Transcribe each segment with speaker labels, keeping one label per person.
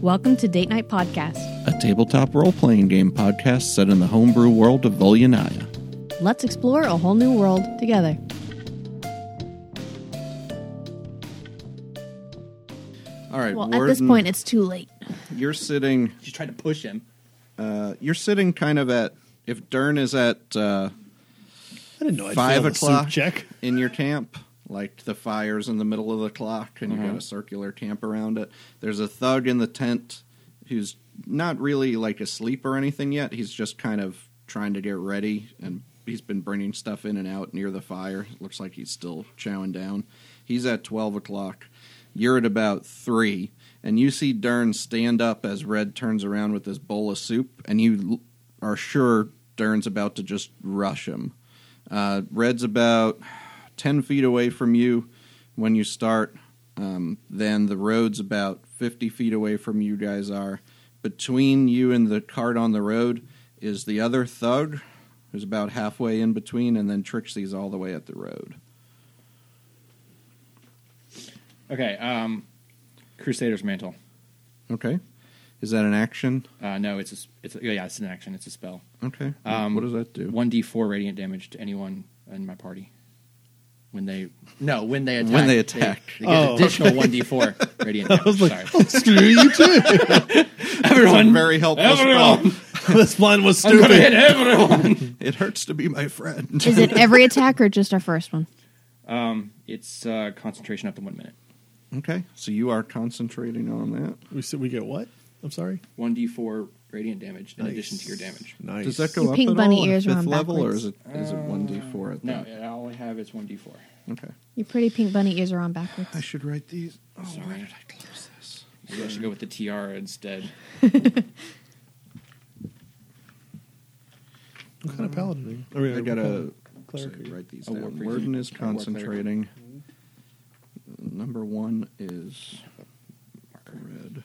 Speaker 1: Welcome to Date Night Podcast.
Speaker 2: a tabletop role playing game podcast set in the homebrew world of Volyanaya.
Speaker 1: Let's explore a whole new world together.
Speaker 2: All right,
Speaker 1: Well, at
Speaker 2: Warden,
Speaker 1: this point, it's too late.
Speaker 2: you're sitting.
Speaker 3: She tried to push him.
Speaker 2: Uh, you're sitting kind of at if Dern is at uh,
Speaker 4: I didn't know I'd
Speaker 2: five
Speaker 4: fail the
Speaker 2: o'clock
Speaker 4: soup check.
Speaker 2: in your camp. Like the fire's in the middle of the clock, and
Speaker 4: Mm-hmm.
Speaker 2: you got a circular camp around it. There's a thug in the tent who's not really like asleep or anything yet. He's just kind of trying to get ready, and he's been bringing stuff in and out near the fire. Looks like he's still chowing down. He's at twelve o'clock. You're at about three, and you see Dern stand up as Red turns around with this bowl of soup, and you l- are sure Dern's about to just rush him. Uh, Red's about 10 feet away from you when you start. Um, then the road's about 50 feet away from you guys are. Between you and the cart on the road is the other thug, who's about halfway in between, and then Trixie's all the way at the road.
Speaker 3: Okay, um, Crusader's Mantle.
Speaker 2: Okay. Is that an action?
Speaker 3: Uh, no, it's a, s- it's a, yeah, it's an action. It's a spell.
Speaker 2: Okay.
Speaker 3: Um,
Speaker 2: what does that do?
Speaker 3: One d four radiant damage to anyone in my party when they no when they attack
Speaker 2: When they attack.
Speaker 3: they, get
Speaker 4: Oh,
Speaker 3: additional one d four radiant. Damage.
Speaker 4: I was like,
Speaker 3: Sorry,
Speaker 4: screw you too.
Speaker 3: everyone,
Speaker 2: Very helpful
Speaker 3: everyone,
Speaker 2: spell.
Speaker 4: this line was
Speaker 3: I'm gonna hit
Speaker 4: stupid.
Speaker 3: everyone.
Speaker 2: It hurts to be my friend.
Speaker 1: Is it every attack or just our first one?
Speaker 3: it's uh, concentration up to one minute.
Speaker 2: okay. So you are concentrating on that.
Speaker 4: We said we get what? I'm sorry.
Speaker 3: One d four radiant damage in
Speaker 4: Nice.
Speaker 3: addition to your damage.
Speaker 4: Nice.
Speaker 2: Does that go
Speaker 1: Your
Speaker 2: up
Speaker 1: pink
Speaker 2: at
Speaker 1: bunny
Speaker 2: all at
Speaker 1: ears were
Speaker 2: fifth
Speaker 1: on
Speaker 2: level, or
Speaker 1: backwards.
Speaker 2: is it is it one d four at
Speaker 3: No,
Speaker 2: that?
Speaker 3: yeah, all I have is one d four.
Speaker 2: Okay.
Speaker 1: Your pretty pink bunny ears are on
Speaker 2: I
Speaker 1: backwards.
Speaker 2: should write these. Oh, why
Speaker 3: Sorry.
Speaker 2: did I close this?
Speaker 3: Maybe I should go with the tiara instead.
Speaker 4: What kind of paladin? Are
Speaker 2: I
Speaker 4: you? I mean, what kind
Speaker 2: gotta
Speaker 4: of cleric
Speaker 2: say,
Speaker 4: are you?
Speaker 2: write these
Speaker 3: A war
Speaker 2: down.
Speaker 3: priest.
Speaker 2: Warden is
Speaker 3: A war cleric.
Speaker 2: concentrating.
Speaker 1: Mm-hmm.
Speaker 2: Number one is red.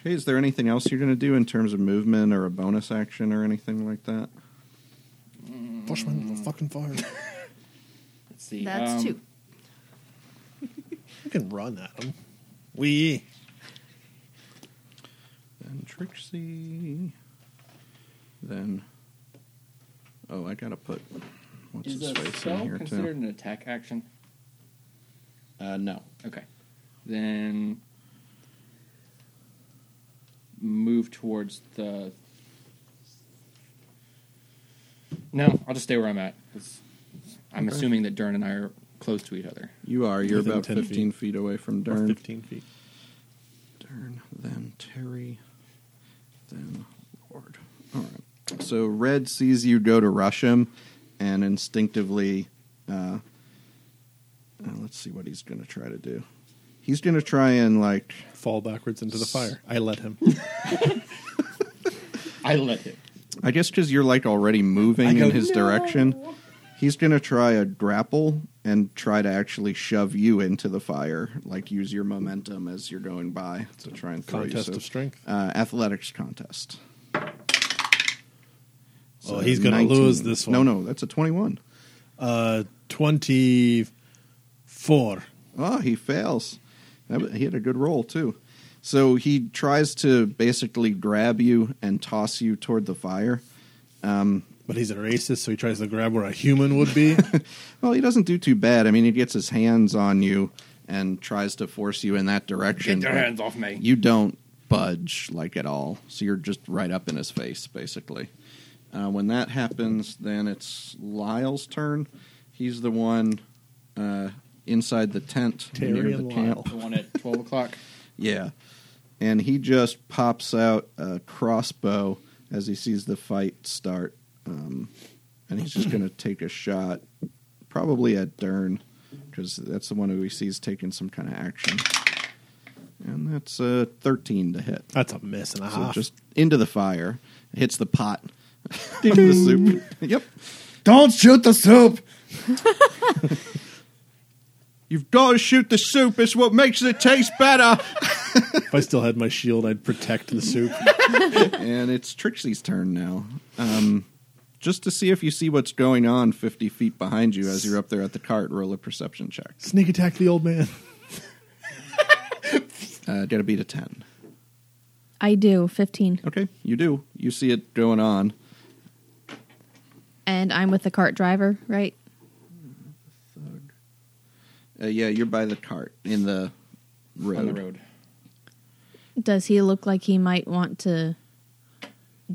Speaker 2: Okay, is there anything else you're going to do in terms of movement or a bonus action or anything like that?
Speaker 4: Flush my little fucking fire.
Speaker 3: Let's see.
Speaker 1: That's
Speaker 3: um,
Speaker 1: two.
Speaker 4: I can run at him. We.
Speaker 2: Then Trixie. Then. Oh, I got to put. What's
Speaker 3: Is
Speaker 2: his
Speaker 3: a
Speaker 2: face in
Speaker 3: spell
Speaker 2: here,
Speaker 3: considered
Speaker 2: too?
Speaker 3: an attack action?
Speaker 2: Uh, no.
Speaker 3: Okay. Then move towards the. No, I'll just stay where I'm at. 'cause I'm
Speaker 2: Okay.
Speaker 3: assuming that Dern and I are close to each other.
Speaker 2: You are. You're
Speaker 4: Within
Speaker 2: about
Speaker 4: 10 feet.
Speaker 2: 15 feet away from
Speaker 4: Or
Speaker 2: Dern.
Speaker 4: 15 feet.
Speaker 2: Dern, then Terry, then Lord. All right. So Red sees you go to rush him, and instinctively, uh, uh, let's see what he's going to try to do. He's going to try and like
Speaker 4: Fall backwards into the fire. I let him.
Speaker 3: I let it.
Speaker 2: I guess because you're like already moving
Speaker 4: go,
Speaker 2: in his direction, he's gonna try a grapple and try to actually shove you into the fire. Like use your momentum as you're going by to try and throw
Speaker 4: Contest
Speaker 2: you.
Speaker 4: of strength?
Speaker 2: uh, athletics contest.
Speaker 4: Oh, he's gonna lose this one.
Speaker 2: No, no, that's a twenty-one.
Speaker 4: Uh, 24.
Speaker 2: Oh, he fails. That wa- He had a good roll too. So he tries to basically grab you and toss you toward the fire.
Speaker 4: But he's a racist, so he tries to grab where a human would be.
Speaker 2: Well, he doesn't do too bad. I mean, he gets his hands on you and tries to force you in that direction.
Speaker 3: Get your
Speaker 2: but
Speaker 3: hands off me.
Speaker 2: You don't budge like at all. So you're just right up in his face, basically. Uh, when that happens, then it's Lyle's turn. He's the one uh, inside the tent
Speaker 4: Terry
Speaker 2: near the
Speaker 4: and
Speaker 2: camp.
Speaker 3: the one at 12 o'clock.
Speaker 2: Yeah. And he just pops out a crossbow as he sees the fight start. Um, and he's just going to take a shot, probably at Dern, because that's the one who he sees taking some kind of action. And that's a 13 to hit.
Speaker 4: That's a miss and a
Speaker 2: So
Speaker 4: half.
Speaker 2: just into the fire, hits the pot. of the soup. Yep.
Speaker 3: Don't shoot the soup!
Speaker 2: You've got to shoot the soup. It's what makes it taste better.
Speaker 4: if I still had my shield, I'd protect the soup.
Speaker 2: and it's Trixie's turn now. Um, just to see if you see what's going on 50 feet behind you as you're up there at the cart, roll a perception check.
Speaker 4: Sneak attack the old man.
Speaker 2: Uh, gotta beat a 10.
Speaker 1: I do, 15.
Speaker 2: Okay, you do. You see it going on.
Speaker 1: And I'm with the cart driver, right?
Speaker 2: Uh, yeah, you're by the cart in the road.
Speaker 3: on the road.
Speaker 1: Does he look like he might want to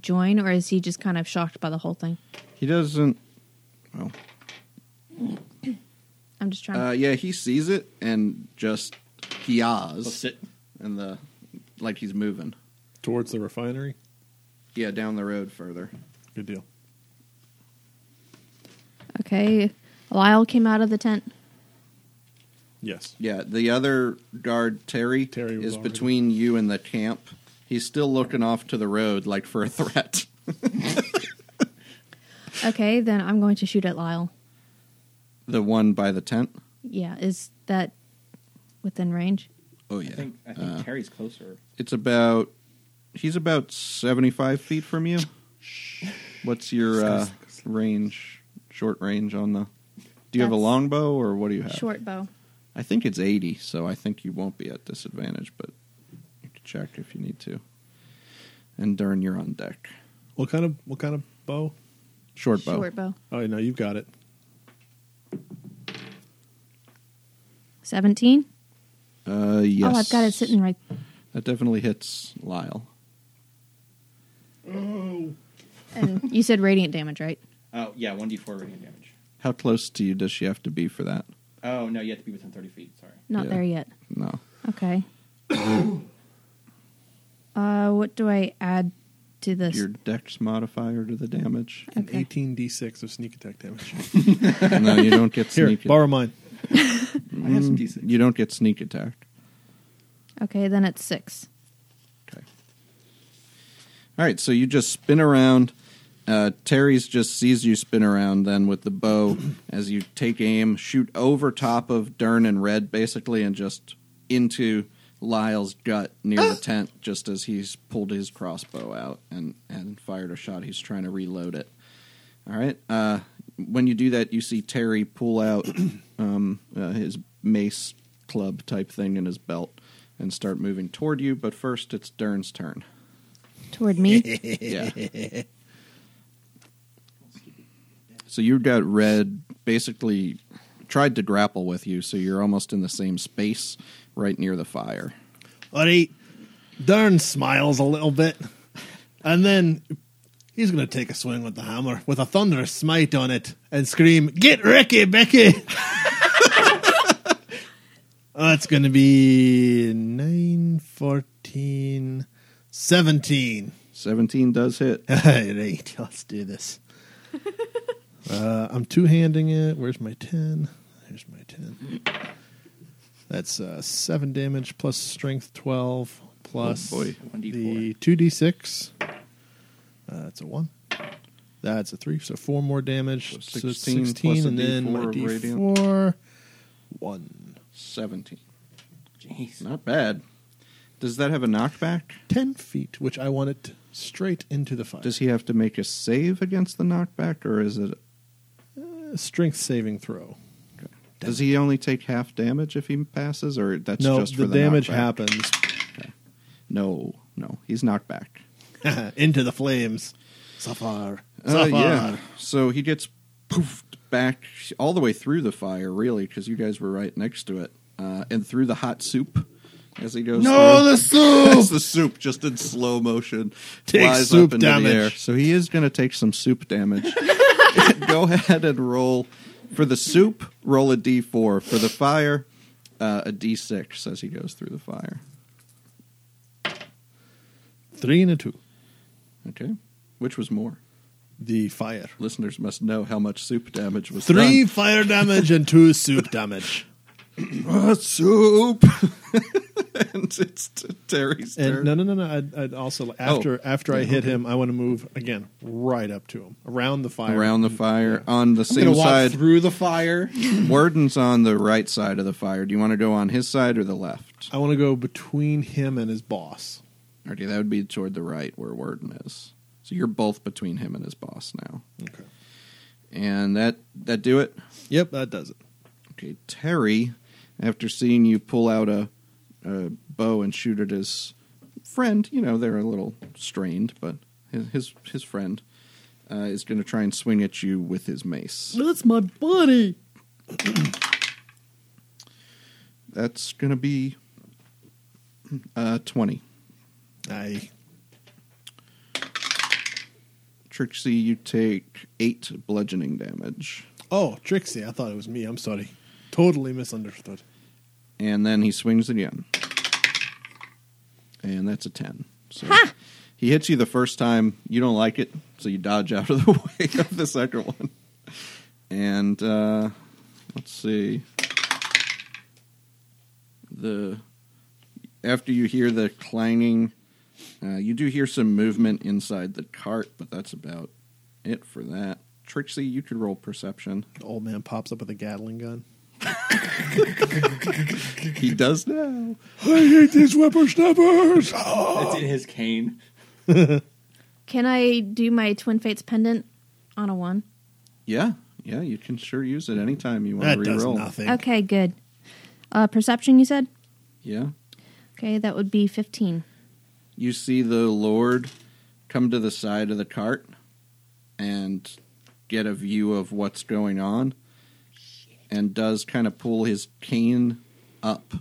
Speaker 1: join, or is he just kind of shocked by the whole thing?
Speaker 2: He doesn't. Well,
Speaker 1: I'm just trying
Speaker 2: uh,
Speaker 1: to.
Speaker 2: yeah, he sees it and just he
Speaker 3: Let's
Speaker 2: ahs
Speaker 3: sit.
Speaker 2: and the like he's moving.
Speaker 4: Towards the refinery.
Speaker 2: Yeah, down the road further.
Speaker 4: Good deal.
Speaker 1: Okay. Lyle came out of the tent.
Speaker 4: Yes.
Speaker 2: Yeah, the other guard Terry,
Speaker 4: Terry was
Speaker 2: is
Speaker 4: already-
Speaker 2: between you and the camp. He's still looking off to the road like for a threat.
Speaker 1: Okay, then I'm going to shoot at Lyle.
Speaker 2: the one by the tent.
Speaker 1: Yeah, is that within range?
Speaker 2: Oh yeah,
Speaker 3: I think I think Terry's closer.
Speaker 2: it's about he's about seventy five feet from you. What's your uh, range? Short range on the. Do you have a
Speaker 1: That's-
Speaker 2: longbow or what do you have?
Speaker 1: Short bow.
Speaker 2: I think it's 80, so I think you won't be at disadvantage, but you can check if you need to. And Dern, you're on deck.
Speaker 4: What kind of what kind of bow?
Speaker 2: Short bow.
Speaker 1: Short bow.
Speaker 4: Oh no, you've got it.
Speaker 1: 17?
Speaker 2: Uh, yes.
Speaker 1: Oh, I've got it sitting right.
Speaker 2: That definitely hits Lyle.
Speaker 1: And you said radiant damage, right?
Speaker 3: Oh yeah, one d four radiant damage.
Speaker 2: How close to you does she have to be for that?
Speaker 3: Oh no, you have to be within thirty feet. Sorry.
Speaker 1: Not
Speaker 2: Yeah.
Speaker 1: there yet.
Speaker 2: No.
Speaker 1: Okay. uh, what do I add to this?
Speaker 2: Your dex modifier to the damage?
Speaker 4: An
Speaker 1: Okay.
Speaker 4: eighteen d six of sneak attack damage.
Speaker 2: no, you don't get
Speaker 4: Here,
Speaker 2: sneak attack.
Speaker 4: borrow mine.
Speaker 3: I have some d6.
Speaker 2: Mm, You don't get sneak attack.
Speaker 1: Okay, then it's six.
Speaker 2: Okay. All right, so you just spin around. Uh, Terry's just sees you spin around then with the bow as you take aim, shoot over top of Dern and Red basically, and just into Lyle's gut near the tent just as he's pulled his crossbow out and, and fired a shot. He's trying to reload it. All right. Uh, when you do that, you see Terry pull out um, uh, his mace club type thing in his belt and start moving toward you. But first, it's Dern's turn.
Speaker 1: Toward me?
Speaker 2: Yeah. so you got red basically tried to grapple with you, so you're almost in the same space right near the fire.
Speaker 4: Buddy, Dern smiles a little bit, and then he's going to take a swing with the hammer with a thunderous smite on it and scream, "Get Ricky Becky!" That's going to be 9, 14, 17.
Speaker 2: 17 does hit.
Speaker 4: All right, let's do this. uh, I'm two handing it. Where's my 10? There's my 10. That's uh, 7 damage plus strength 12 plus
Speaker 2: Oh, boy.
Speaker 4: the 2d6. Uh, that's a 1. That's a 3. So 4 more damage.
Speaker 2: So
Speaker 4: So
Speaker 2: 16
Speaker 4: 16,
Speaker 2: plus a
Speaker 4: and then my
Speaker 2: D4 of radiant.
Speaker 4: d4. 1.
Speaker 2: 17.
Speaker 3: Jeez.
Speaker 2: Not bad. Does that have a knockback?
Speaker 4: 10 feet, which I want it straight into the fire.
Speaker 2: Does he have to make a save against the knockback, or is it.
Speaker 4: Uh, strength saving throw.
Speaker 2: Does he only take half damage if he passes, or that's
Speaker 4: no,
Speaker 2: just
Speaker 4: the,
Speaker 2: for the
Speaker 4: damage
Speaker 2: knockback?
Speaker 4: happens
Speaker 2: No, no, he's knocked back.
Speaker 4: into the flames. Safar. Oh,
Speaker 2: Uh, So he gets poofed back all the way through the fire, really, because you guys were right next to it, uh, and through the hot soup as he goes.
Speaker 4: No,
Speaker 2: through.
Speaker 4: the soup!
Speaker 2: As the soup just in slow motion
Speaker 4: Take
Speaker 2: flies
Speaker 4: soup
Speaker 2: up into
Speaker 4: damage.
Speaker 2: the air. So he is going to take some soup damage. Go ahead and roll for the soup. Roll a d4 for the fire. Uh, a d6 as he goes through the fire.
Speaker 4: Three and a two.
Speaker 2: Okay, which was more?
Speaker 4: The fire.
Speaker 2: Listeners must know how much soup damage was
Speaker 4: Three
Speaker 2: done.
Speaker 4: fire damage and two soup damage.
Speaker 2: Ah, soup. and it's t- Terry's
Speaker 4: And
Speaker 2: turn.
Speaker 4: no, no, no, no. I'd, I'd also after after I
Speaker 2: Yeah,
Speaker 4: hit
Speaker 2: okay.
Speaker 4: him, I want to move again right up to him, around the fire,
Speaker 2: Around the fire on the
Speaker 4: I'm gonna
Speaker 2: same
Speaker 4: walk
Speaker 2: side.
Speaker 4: through the fire.
Speaker 2: Warden's on the right side of the fire. Do you want to go on his side or the left?
Speaker 4: I want to go between him and his boss.
Speaker 2: Okay, that would be toward the right where Warden is. So you're both between him and his boss now.
Speaker 4: Okay.
Speaker 2: And that that do it.
Speaker 4: Yep, that does it.
Speaker 2: Okay, Terry, after seeing you pull out a a bow and shoot at his friend. You know, they're a little strained, but his his, his friend uh, is going to try and swing at you with his mace.
Speaker 4: That's my buddy.
Speaker 2: That's going to be uh, 20.
Speaker 4: I
Speaker 2: Trixie, you take 8 bludgeoning damage.
Speaker 4: oh Trixie, I thought it was me. I'm sorry. Totally misunderstood.
Speaker 2: And then he swings again. And that's a 10. So he hits you the first time. You don't like it, so you dodge out of the way of the second one. And uh, let's see. The after you hear the clanging, uh, you do hear some movement inside the cart, but that's about it for that. Trixie, you could roll perception.
Speaker 4: The old man pops up with a Gatling gun.
Speaker 2: He does now.
Speaker 4: I hate these whippersnappers.
Speaker 3: It's in his cane.
Speaker 1: Can I do my Twin Fates pendant on a one?
Speaker 2: Yeah, yeah, you can sure use it anytime you want to
Speaker 4: that does
Speaker 2: reroll.
Speaker 4: nothing.
Speaker 1: Okay, good. Uh, perception, you said?
Speaker 2: Yeah.
Speaker 1: Okay, that would be 15.
Speaker 2: You see the Lord come to the side of the cart and get a view of what's going on and does kind of pull his cane up,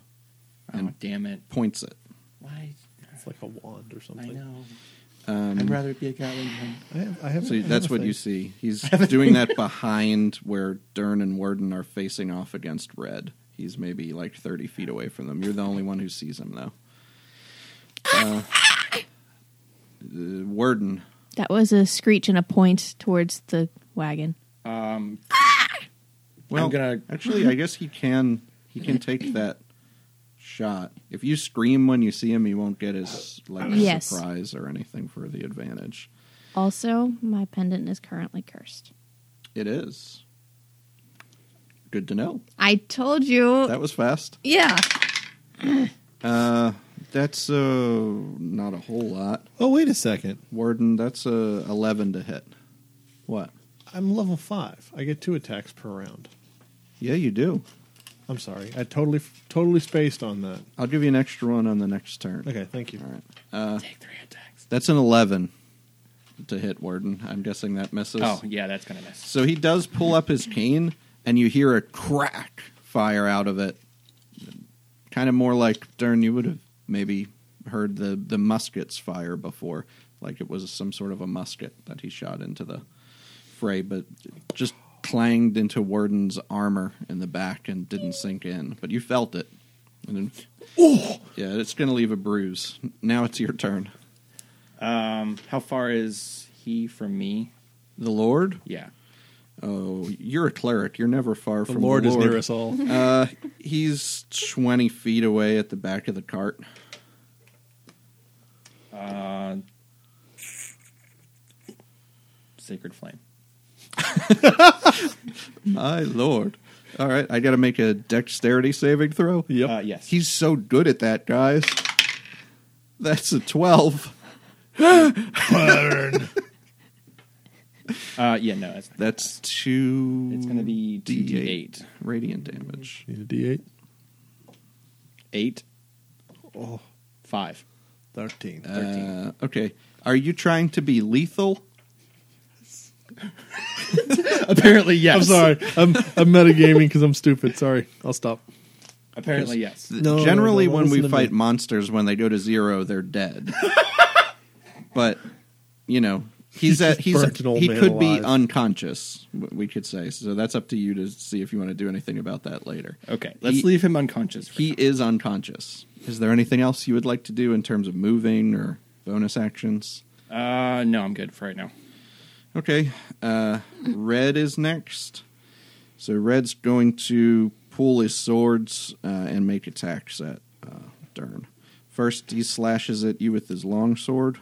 Speaker 3: Oh, damn it.
Speaker 2: points it.
Speaker 3: Why?
Speaker 4: It's like a wand or
Speaker 3: I
Speaker 4: something.
Speaker 3: know. I'd
Speaker 2: Um,
Speaker 3: rather it be a Gatling gun.
Speaker 4: I have, I have
Speaker 2: so that's what you see. He's doing that behind where Dern and Warden are facing off against Red. He's maybe like 30 feet away from them. You're the only one who sees him, though. Uh, uh, Warden.
Speaker 1: That was a screech and a point towards the wagon.
Speaker 3: Um,
Speaker 2: Well,
Speaker 3: I'm gonna-
Speaker 2: actually, I guess he can. He can take that shot. If you scream when you see him, he won't get his like
Speaker 1: Yes.
Speaker 2: surprise or anything for the advantage.
Speaker 1: Also, my pendant is currently cursed.
Speaker 2: It is good to know.
Speaker 1: I told you.
Speaker 2: That was fast.
Speaker 1: yeah.
Speaker 2: Uh, that's uh not a whole lot,
Speaker 4: Oh wait a second.
Speaker 2: Warden. That's a eleven to hit. What?
Speaker 4: I'm level five. I get two attacks per round.
Speaker 2: Yeah, you do.
Speaker 4: I'm sorry. I totally totally spaced on that.
Speaker 2: I'll give you an extra one on the next turn.
Speaker 4: Okay, thank you.
Speaker 2: All right.
Speaker 3: take three attacks.
Speaker 2: That's an eleven to hit, Warden. I'm guessing that misses.
Speaker 3: Oh, yeah, that's going to miss.
Speaker 2: So he does pull up his cane, and you hear a crack fire out of it. Kind of more like Dern, you would have maybe heard the, the muskets fire before, like it was some sort of a musket that he shot into the fray, but it just clanged into Warden's armor in the back and didn't sink in. But you felt it. And then, yeah, it's going to leave a bruise. Now it's your turn.
Speaker 3: Um, how far is he from me?
Speaker 2: The Lord?
Speaker 3: Yeah.
Speaker 2: Oh, you're a cleric. You're never far
Speaker 4: The
Speaker 2: from
Speaker 4: Lord
Speaker 2: the
Speaker 4: is
Speaker 2: Lord.
Speaker 4: near us all.
Speaker 2: Uh, he's 20 feet away at the back of the cart.
Speaker 3: Uh, Sacred Flame.
Speaker 2: My lord. All right, I got to make a dexterity saving throw.
Speaker 4: Yep.
Speaker 3: Uh, yes.
Speaker 2: He's so good at that, guys. That's a 12.
Speaker 4: Burn.
Speaker 3: Uh, yeah, no, it's,
Speaker 2: That's 2
Speaker 3: it's going to be
Speaker 2: D8.
Speaker 3: D8.
Speaker 2: radiant damage.
Speaker 4: Need a D8.
Speaker 3: Eight,
Speaker 4: Oh,
Speaker 3: five.
Speaker 4: 13.
Speaker 2: Uh, okay. Are you trying to be lethal?
Speaker 3: Apparently, yes.
Speaker 4: I'm sorry. I'm I'm metagaming because I'm stupid. Sorry. I'll stop.
Speaker 3: Apparently, yes.
Speaker 4: No, no,
Speaker 2: Generally,
Speaker 4: no,
Speaker 2: when we
Speaker 4: listen to me.
Speaker 2: fight monsters, when they go to zero, they're dead. but you know, he's
Speaker 4: You
Speaker 2: at
Speaker 4: just
Speaker 2: he's
Speaker 4: burnt an old
Speaker 2: he
Speaker 4: man
Speaker 2: could
Speaker 4: alive.
Speaker 2: be unconscious. w- We could say so. That's up to you to see if you want to do anything about that later.
Speaker 3: Okay, let's
Speaker 2: He-
Speaker 3: leave him unconscious. for
Speaker 2: He
Speaker 3: now.
Speaker 2: is unconscious. Is there anything else you would like to do in terms of moving or bonus actions?
Speaker 3: Uh, no, I'm good for right now.
Speaker 2: Okay. Uh, Red is next. So Red's going to pull his swords uh, and make attacks at uh, Dern. First, he slashes at you with his long sword.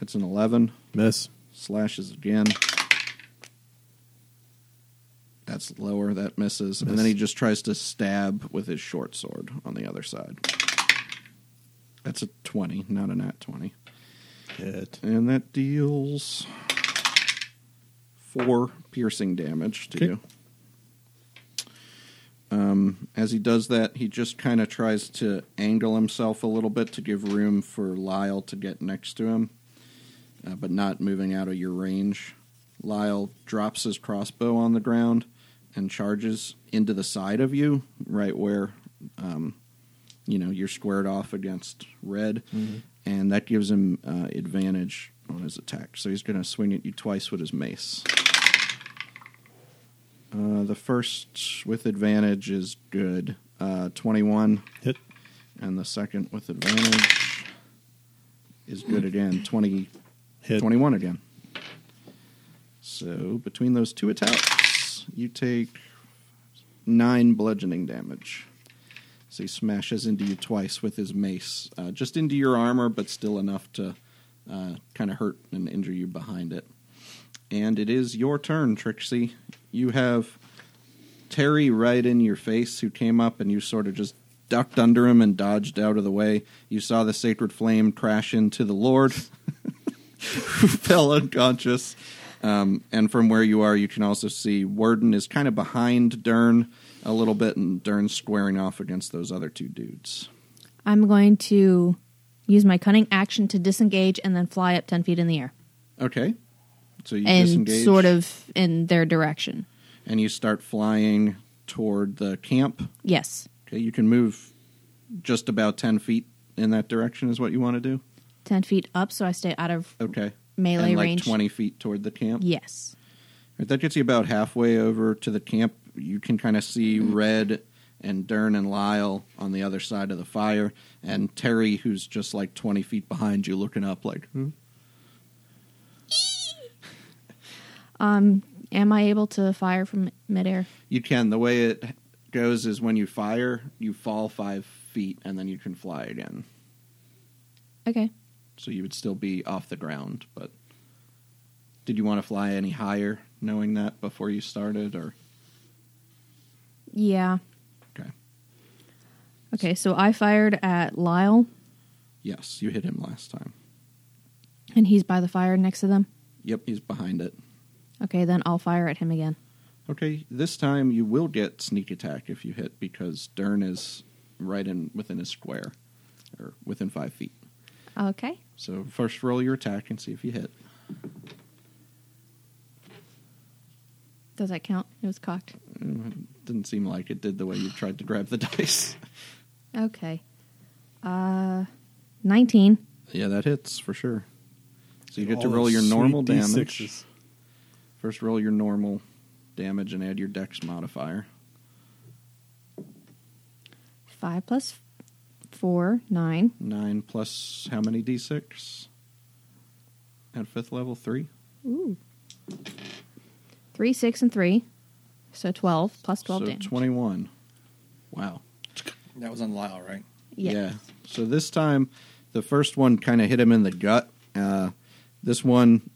Speaker 2: That's an 11.
Speaker 4: Miss.
Speaker 2: Slashes again. That's lower. That misses. And then
Speaker 4: Miss.
Speaker 2: he just tries to stab with his short sword on the other side. That's a 20, not a nat 20.
Speaker 4: Hit.
Speaker 2: And that deals four piercing damage to
Speaker 4: Okay.
Speaker 2: you. Um, as he does that, he just kind of tries to angle himself a little bit to give room for Lyle to get next to him, uh, but not moving out of your range. Lyle drops his crossbow on the ground and charges into the side of you, right where, um, you know, you're squared off against red, and that gives him uh, advantage on his attack. So he's going to swing at you twice with his mace. Uh, the first with advantage is good, uh, 21,
Speaker 4: Hit.
Speaker 2: and the second with advantage is good again, 20,
Speaker 4: Hit.
Speaker 2: 21 again. So between those two attacks, you take nine bludgeoning damage. So he smashes into you twice with his mace, uh, just into your armor, but still enough to uh, kind of hurt and injure you behind it. And it is your turn, Trixie. You have Terry right in your face, who came up and you sort of just ducked under him and dodged out of the way. You saw the sacred flame crash into the Lord, who fell unconscious. Um, and from where you are, you can also see Warden is kind of behind Dern a little bit, and Dern's squaring off against those other two dudes.
Speaker 1: I'm going to use my cunning action to disengage and then fly up 10 feet in the air
Speaker 2: Okay. So you
Speaker 1: and
Speaker 2: disengage.
Speaker 1: sort of in their direction.
Speaker 2: and you start flying toward the camp.
Speaker 1: Yes.
Speaker 2: Okay, you can move just about ten feet in that direction. Is what you want to do?
Speaker 1: 10 feet up, so I stay out of.
Speaker 2: Okay,
Speaker 1: Melee
Speaker 2: and like
Speaker 1: range.
Speaker 2: twenty feet toward the camp.
Speaker 1: Yes.
Speaker 2: If that gets you about halfway over to the camp, you can kind of see Red and Dern and Lyle on the other side of the fire, and Terry, who's just like 20 feet behind you, looking up like, "Hmm?"
Speaker 1: Am I able to fire from midair?
Speaker 2: you can. The way it goes is when you fire, you fall five feet, and then you can fly again.
Speaker 1: Okay.
Speaker 2: So you would still be off the ground, but did you want to fly any higher knowing that before you started, or?
Speaker 1: Yeah.
Speaker 2: Okay.
Speaker 1: Okay, so I fired at Lyle,
Speaker 2: Yes, you hit him last time.
Speaker 1: and he's by the fire next to them.
Speaker 2: Yep, he's behind it.
Speaker 1: Okay, then I'll fire at him again.
Speaker 2: Okay, this time you will get sneak attack if you hit because Dern is right in within a square or within five feet.
Speaker 1: Okay.
Speaker 2: So first roll your attack and see if you hit.
Speaker 1: Does that count? It was cocked.
Speaker 2: Didn't seem like it did the way you tried to grab the dice.
Speaker 1: Okay. Uh 19.
Speaker 2: yeah, that hits for sure. So you get to
Speaker 4: All
Speaker 2: roll
Speaker 4: those
Speaker 2: your normal
Speaker 4: sweet
Speaker 2: damage.
Speaker 4: D6s.
Speaker 2: First roll your normal damage and add your dex modifier.
Speaker 1: 5 plus 4, 9.
Speaker 2: Nine plus how many d six? At fifth level, three.
Speaker 1: Ooh. 3, 6 and 3. So 12 plus 12
Speaker 2: so
Speaker 1: damage.
Speaker 2: twenty one. Wow.
Speaker 3: That was on Lyle, right?
Speaker 1: Yeah.
Speaker 2: Yeah. So this time, the first one kind of hit him in the gut. Uh, this one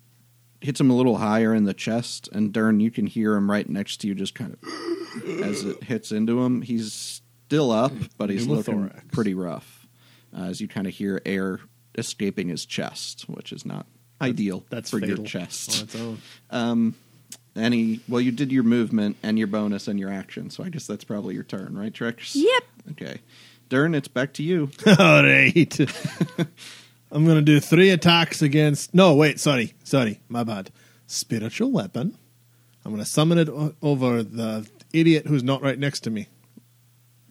Speaker 2: hits him a little higher in the chest, and Dern, you can hear him right next to you, just kind of as it hits into him. He's still up, but he's looking
Speaker 4: Pneumothorax.
Speaker 2: pretty rough. Uh, as you kind of hear air escaping his chest, which is not ideal
Speaker 4: That's
Speaker 2: for
Speaker 4: fatal
Speaker 2: your
Speaker 4: on
Speaker 2: chest.
Speaker 4: its own.
Speaker 2: Any well, you did your movement and your bonus and your action, so I guess that's probably your turn, right, Trix?
Speaker 1: Yep.
Speaker 2: Okay, Dern, it's back to you.
Speaker 4: All right. I'm going to do three attacks against. No, wait. Sorry. Sorry. My bad. Spiritual weapon. I'm going to summon it o- over the idiot who's not right next to me.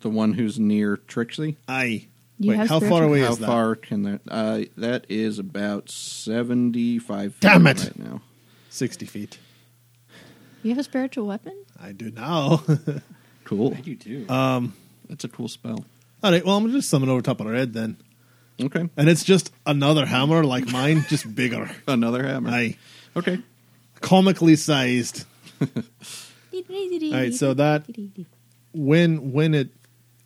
Speaker 2: The one who's near Trixie.
Speaker 4: Aye.
Speaker 1: You
Speaker 4: wait,
Speaker 1: have
Speaker 4: how far
Speaker 1: spiritual-
Speaker 4: away
Speaker 2: How
Speaker 4: Oh, is that?
Speaker 2: far can that? Uh, that is about seventy-five. feet
Speaker 4: Damn it.
Speaker 2: Right now,
Speaker 4: 60 feet.
Speaker 1: You have a spiritual weapon?
Speaker 4: I do now.
Speaker 2: cool.
Speaker 3: I do too.
Speaker 2: That's a cool spell.
Speaker 4: All right. Well, I'm going to just summon over top of her head then.
Speaker 2: Okay,
Speaker 4: And it's just another hammer like mine, just bigger.
Speaker 2: another hammer.
Speaker 4: Aye.
Speaker 2: Okay,
Speaker 4: Comically sized.
Speaker 1: All
Speaker 4: right, so that- when when it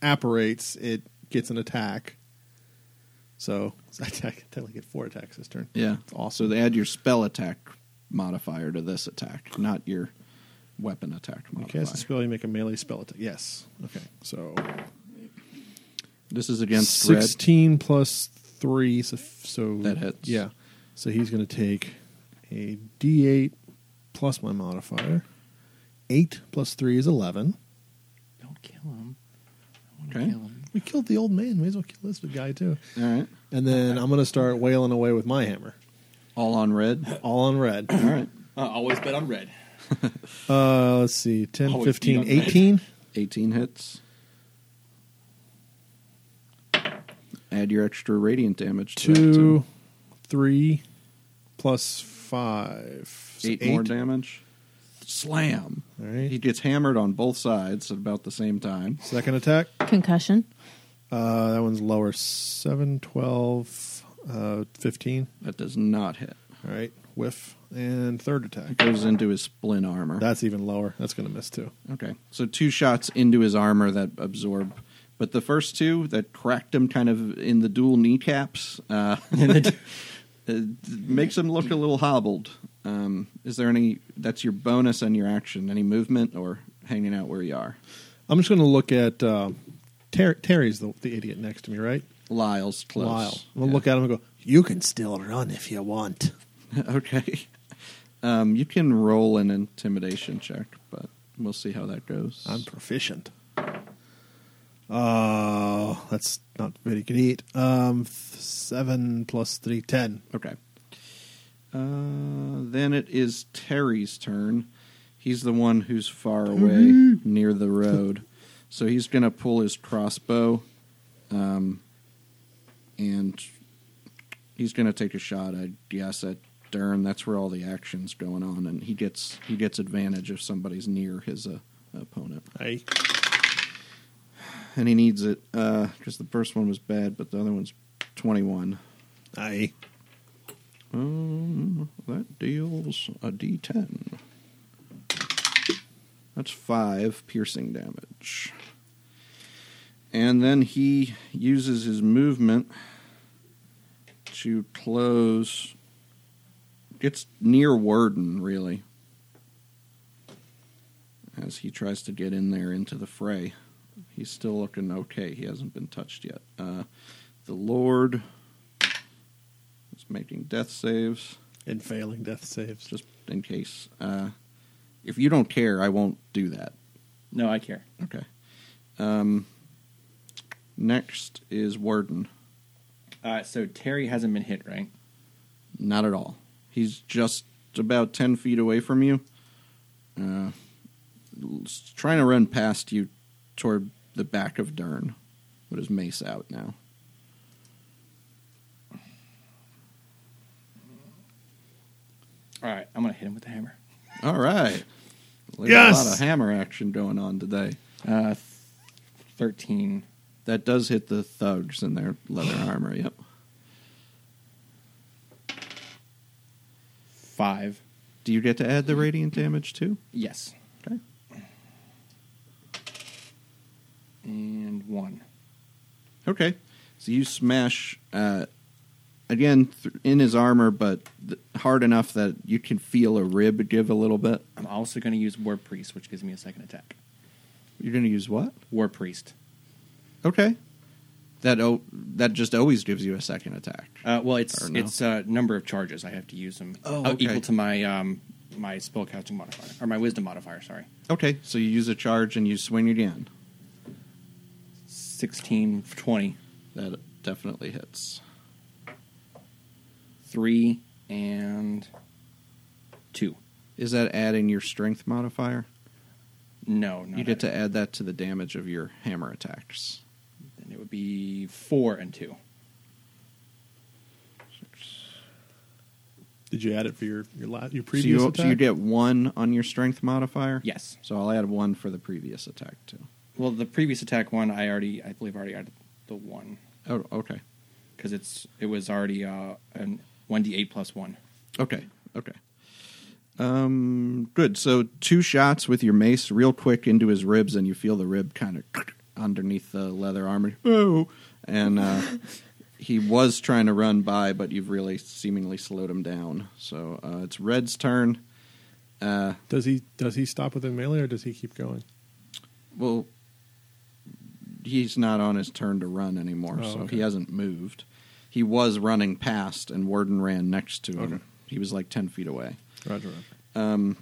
Speaker 4: apparates, it gets an attack. So I attack, technically get four attacks this turn.
Speaker 2: yeah.
Speaker 4: it's
Speaker 2: Also,
Speaker 4: awesome.
Speaker 2: they add your spell attack modifier to this attack, not your weapon attack
Speaker 4: You
Speaker 2: modifier.
Speaker 4: cast a spell, you make a melee spell attack. Yes. Okay. So
Speaker 2: This is against red.
Speaker 4: sixteen plus three, so, so
Speaker 2: That hits.
Speaker 4: Yeah. So he's going to take a D eight plus my modifier. Eight plus three is eleven.
Speaker 3: Don't kill him. I want to
Speaker 2: Okay.
Speaker 3: kill him.
Speaker 4: We killed the old man. May as well kill this guy too.
Speaker 2: All right.
Speaker 4: And then I'm gonna start wailing away with my hammer,
Speaker 2: All on red.
Speaker 4: all on red.
Speaker 2: All right.
Speaker 3: Uh, always bet on red.
Speaker 4: Uh, let's see, 10,
Speaker 3: Always
Speaker 4: 15,
Speaker 3: beat on red.
Speaker 4: 18.
Speaker 2: 18 hits. Add your extra radiant damage to that,
Speaker 4: two,
Speaker 2: too.
Speaker 4: three, plus five, so
Speaker 2: Eight, more damage. Slam.
Speaker 4: All right.
Speaker 2: He gets hammered on both sides at about the same time.
Speaker 4: Second attack.
Speaker 1: Concussion.
Speaker 4: Uh, that one's lower. 7, 12, uh, 15.
Speaker 2: That does not hit.
Speaker 4: All right. Whiff. And third
Speaker 2: It
Speaker 4: attack.
Speaker 2: goes into his splint armor.
Speaker 4: That's even lower. That's going to miss too.
Speaker 2: Okay. So two shots into his armor that absorb. But the first two that cracked him kind of in the dual kneecaps uh, it makes him look a little hobbled. Um, is there any? That's your bonus and your action. Any movement or hanging out where you are?
Speaker 4: I'm just going to look at um Ter- Terry's the, the idiot next to me, right?
Speaker 2: Lyle's close.
Speaker 4: Lyle. I'm going to look at him and go, You can still run if you want.
Speaker 2: okay. Um, you can roll an intimidation check, but we'll see how that goes.
Speaker 4: I'm proficient. Oh, that's not very great. Um, th- 7 plus three, ten.
Speaker 2: Okay. Uh, then it is Terry's turn. He's the one who's far away near the road. So he's going to pull his crossbow um, and he's going to take a shot, I guess, at Dern. That's where all the action's going on. And he gets he gets advantage if somebody's near his uh, opponent.
Speaker 4: Hey.
Speaker 2: And he needs it because the first one was bad, but the other one's 21.
Speaker 4: Aye.
Speaker 2: Um, that deals a d10. That's five piercing damage. And then he uses his movement to close. Gets near Warden, really. As he tries to get in there into the fray. He's still looking okay. He hasn't been touched yet. Uh, the Lord is making death saves
Speaker 4: And failing death saves.
Speaker 2: just in case. Uh, if you don't care, I won't do that.
Speaker 3: No, I care.
Speaker 2: Okay. Um, next is Warden.
Speaker 3: Uh, so Terry hasn't been hit, right?
Speaker 2: Not at all. He's just about 10 feet away from you. Uh, l- s- trying to run past you toward the back of Dern. With his mace out now.
Speaker 3: All right, I'm gonna hit him with the hammer.
Speaker 2: All right. There's
Speaker 4: Yes!
Speaker 2: A lot of hammer action going on today.
Speaker 3: Uh, th- Thirteen.
Speaker 2: That does hit the thugs in their leather armor, yep.
Speaker 3: Five.
Speaker 2: Do you get to add the radiant damage too?
Speaker 3: Yes.
Speaker 2: Okay.
Speaker 3: And one.
Speaker 2: Okay. So you smash uh, again th- in his armor, but th- hard enough that you can feel a rib give a little bit.
Speaker 3: I'm also gonna use Ward Priest, which gives me a second attack.
Speaker 2: You're going to use what?
Speaker 3: War Priest.
Speaker 2: Okay. That o- that just always gives you a second attack.
Speaker 3: Uh, well, it's
Speaker 2: Or no.
Speaker 3: it's uh, number of charges. I have to use them
Speaker 2: Oh,
Speaker 3: Uh,
Speaker 2: okay.
Speaker 3: equal to my um, my spellcasting modifier or my wisdom modifier. Sorry,
Speaker 2: Okay, so you use a charge and you swing again.
Speaker 3: 16, 20,
Speaker 2: That definitely hits.
Speaker 3: three, and two.
Speaker 2: Is that adding your strength modifier?
Speaker 3: No, not
Speaker 2: you get
Speaker 3: at-
Speaker 2: to add that to the damage of your hammer attacks.
Speaker 3: Then it would be four and two.
Speaker 4: Did you add it for your your, la- your
Speaker 2: So
Speaker 4: previous
Speaker 2: you,
Speaker 4: attack?
Speaker 2: so you get one on your strength modifier?
Speaker 3: Yes.
Speaker 2: So I'll add one for the previous attack too.
Speaker 3: Well, the previous attack one, I already, I believe, I already added the one
Speaker 2: Oh, okay.
Speaker 3: because it's it was already uh, an one d eight plus one.
Speaker 2: Okay. Okay. Um, good. So two shots with your mace, real quick into his ribs, and you feel the rib kind of underneath the leather armor. Oh, and uh, he was trying to run by, but you've really seemingly slowed him down. So uh, it's Red's turn. Uh,
Speaker 4: does he does he stop within melee or does he keep going?
Speaker 2: well, he's not on his turn to run anymore,
Speaker 4: Oh,
Speaker 2: so
Speaker 4: okay.
Speaker 2: he hasn't moved. He was running past, and Warden ran next to him.
Speaker 4: Okay.
Speaker 2: He was like ten feet away.
Speaker 4: Roger, roger.
Speaker 2: Um,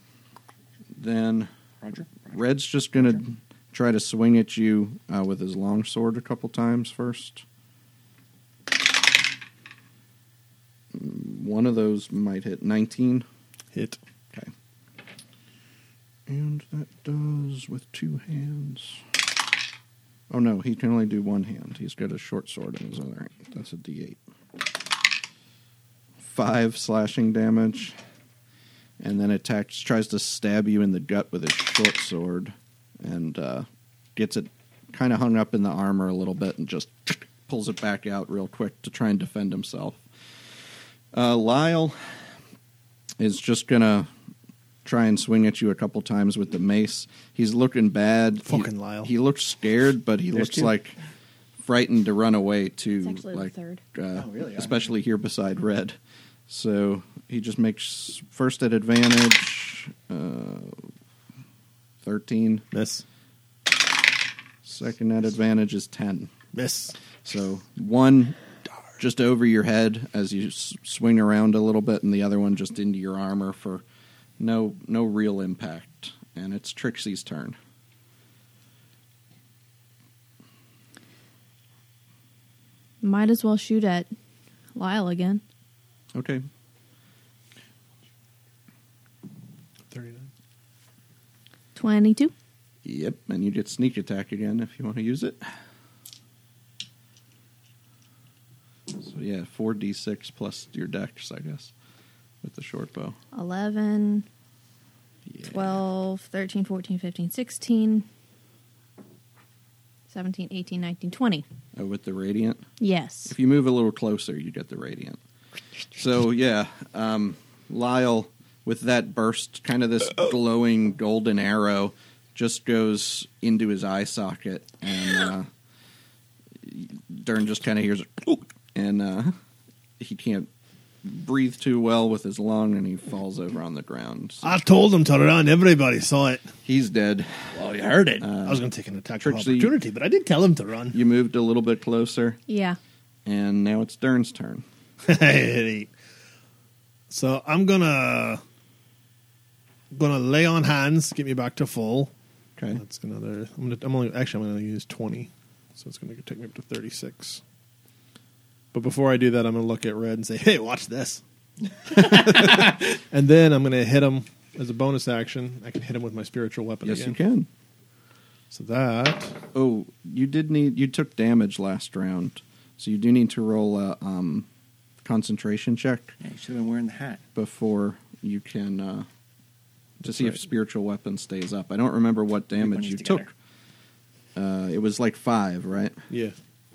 Speaker 2: Then
Speaker 3: Roger. Roger.
Speaker 2: Red's just gonna try to swing at you uh, with his long sword a couple times first. Mm, One of those might hit 19.
Speaker 4: Hit.
Speaker 2: Okay. And that does with two hands. Oh no, he can only do one hand. He's got a short sword in his other hand. That's a D8. Five slashing damage. And then attacks, tries to stab you in the gut with his short sword and uh, gets it kind of hung up in the armor a little bit and just pulls it back out real quick to try and defend himself. Uh, Lyle is just going to try and swing at you a couple times with the mace. He's looking bad.
Speaker 4: Fucking
Speaker 2: he,
Speaker 4: Lyle.
Speaker 2: He looks scared, but he
Speaker 3: There's
Speaker 2: looks
Speaker 3: two.
Speaker 2: like frightened to run away too.
Speaker 1: It's actually the
Speaker 2: like,
Speaker 1: third.
Speaker 2: Uh,
Speaker 3: Oh, really?
Speaker 2: Especially here beside Red. So he just makes first at advantage, uh, 13.
Speaker 4: Miss.
Speaker 2: Second at advantage is 10.
Speaker 4: Miss.
Speaker 2: So one just over your head as you s- swing around a little bit, and the other one just into your armor for no no real impact. And it's Trixie's turn.
Speaker 1: Might as well shoot at Lyle again.
Speaker 2: Okay,
Speaker 4: 39.
Speaker 1: 22.
Speaker 2: Yep, and you get sneak attack again if you want to use it. So yeah, four d six plus your dex, I guess, with the short bow.
Speaker 1: 11,
Speaker 2: Yeah.
Speaker 1: 12, 13, 14, 15, 16, 17, 18, 19, 20.
Speaker 2: Oh, with the radiant.
Speaker 1: Yes.
Speaker 2: If you move a little closer, you get the radiant. So yeah, um, Lyle with that burst, kind of this glowing golden arrow, just goes into his eye socket, and uh, Dern just kind of hears it, "Oop," and uh, he can't breathe too well with his lung, and he falls over on the ground. So
Speaker 4: I told him to run. Everybody saw it.
Speaker 2: he's dead.
Speaker 4: Well, you heard it. I was going to take an attack of
Speaker 2: Trixie-
Speaker 4: opportunity, but I did tell him to run.
Speaker 2: You moved a little bit closer,
Speaker 1: Yeah.
Speaker 2: and now it's Dern's turn.
Speaker 4: Hey. so I'm gonna gonna lay on hands, get me back to full.
Speaker 2: Okay,
Speaker 4: That's another. I'm, gonna, I'm only actually I'm gonna use 20, so it's gonna take me up to 36. But before I do that, I'm gonna look at red and say, "Hey, watch this!" and then I'm gonna hit him as a bonus action. I can hit him with my spiritual weapon
Speaker 2: yes,
Speaker 4: again.
Speaker 2: you can.
Speaker 4: So that
Speaker 2: Oh, you did need you took damage last round, so you do need to roll a um, concentration check
Speaker 3: Yeah, you should have been wearing the hat.
Speaker 2: before you can uh, to
Speaker 4: That's
Speaker 2: see
Speaker 4: right.
Speaker 2: if spiritual weapon stays up. I don't remember what damage
Speaker 3: Everybody's
Speaker 2: you
Speaker 3: together.
Speaker 2: took. Uh, it was like five, right?
Speaker 4: yeah,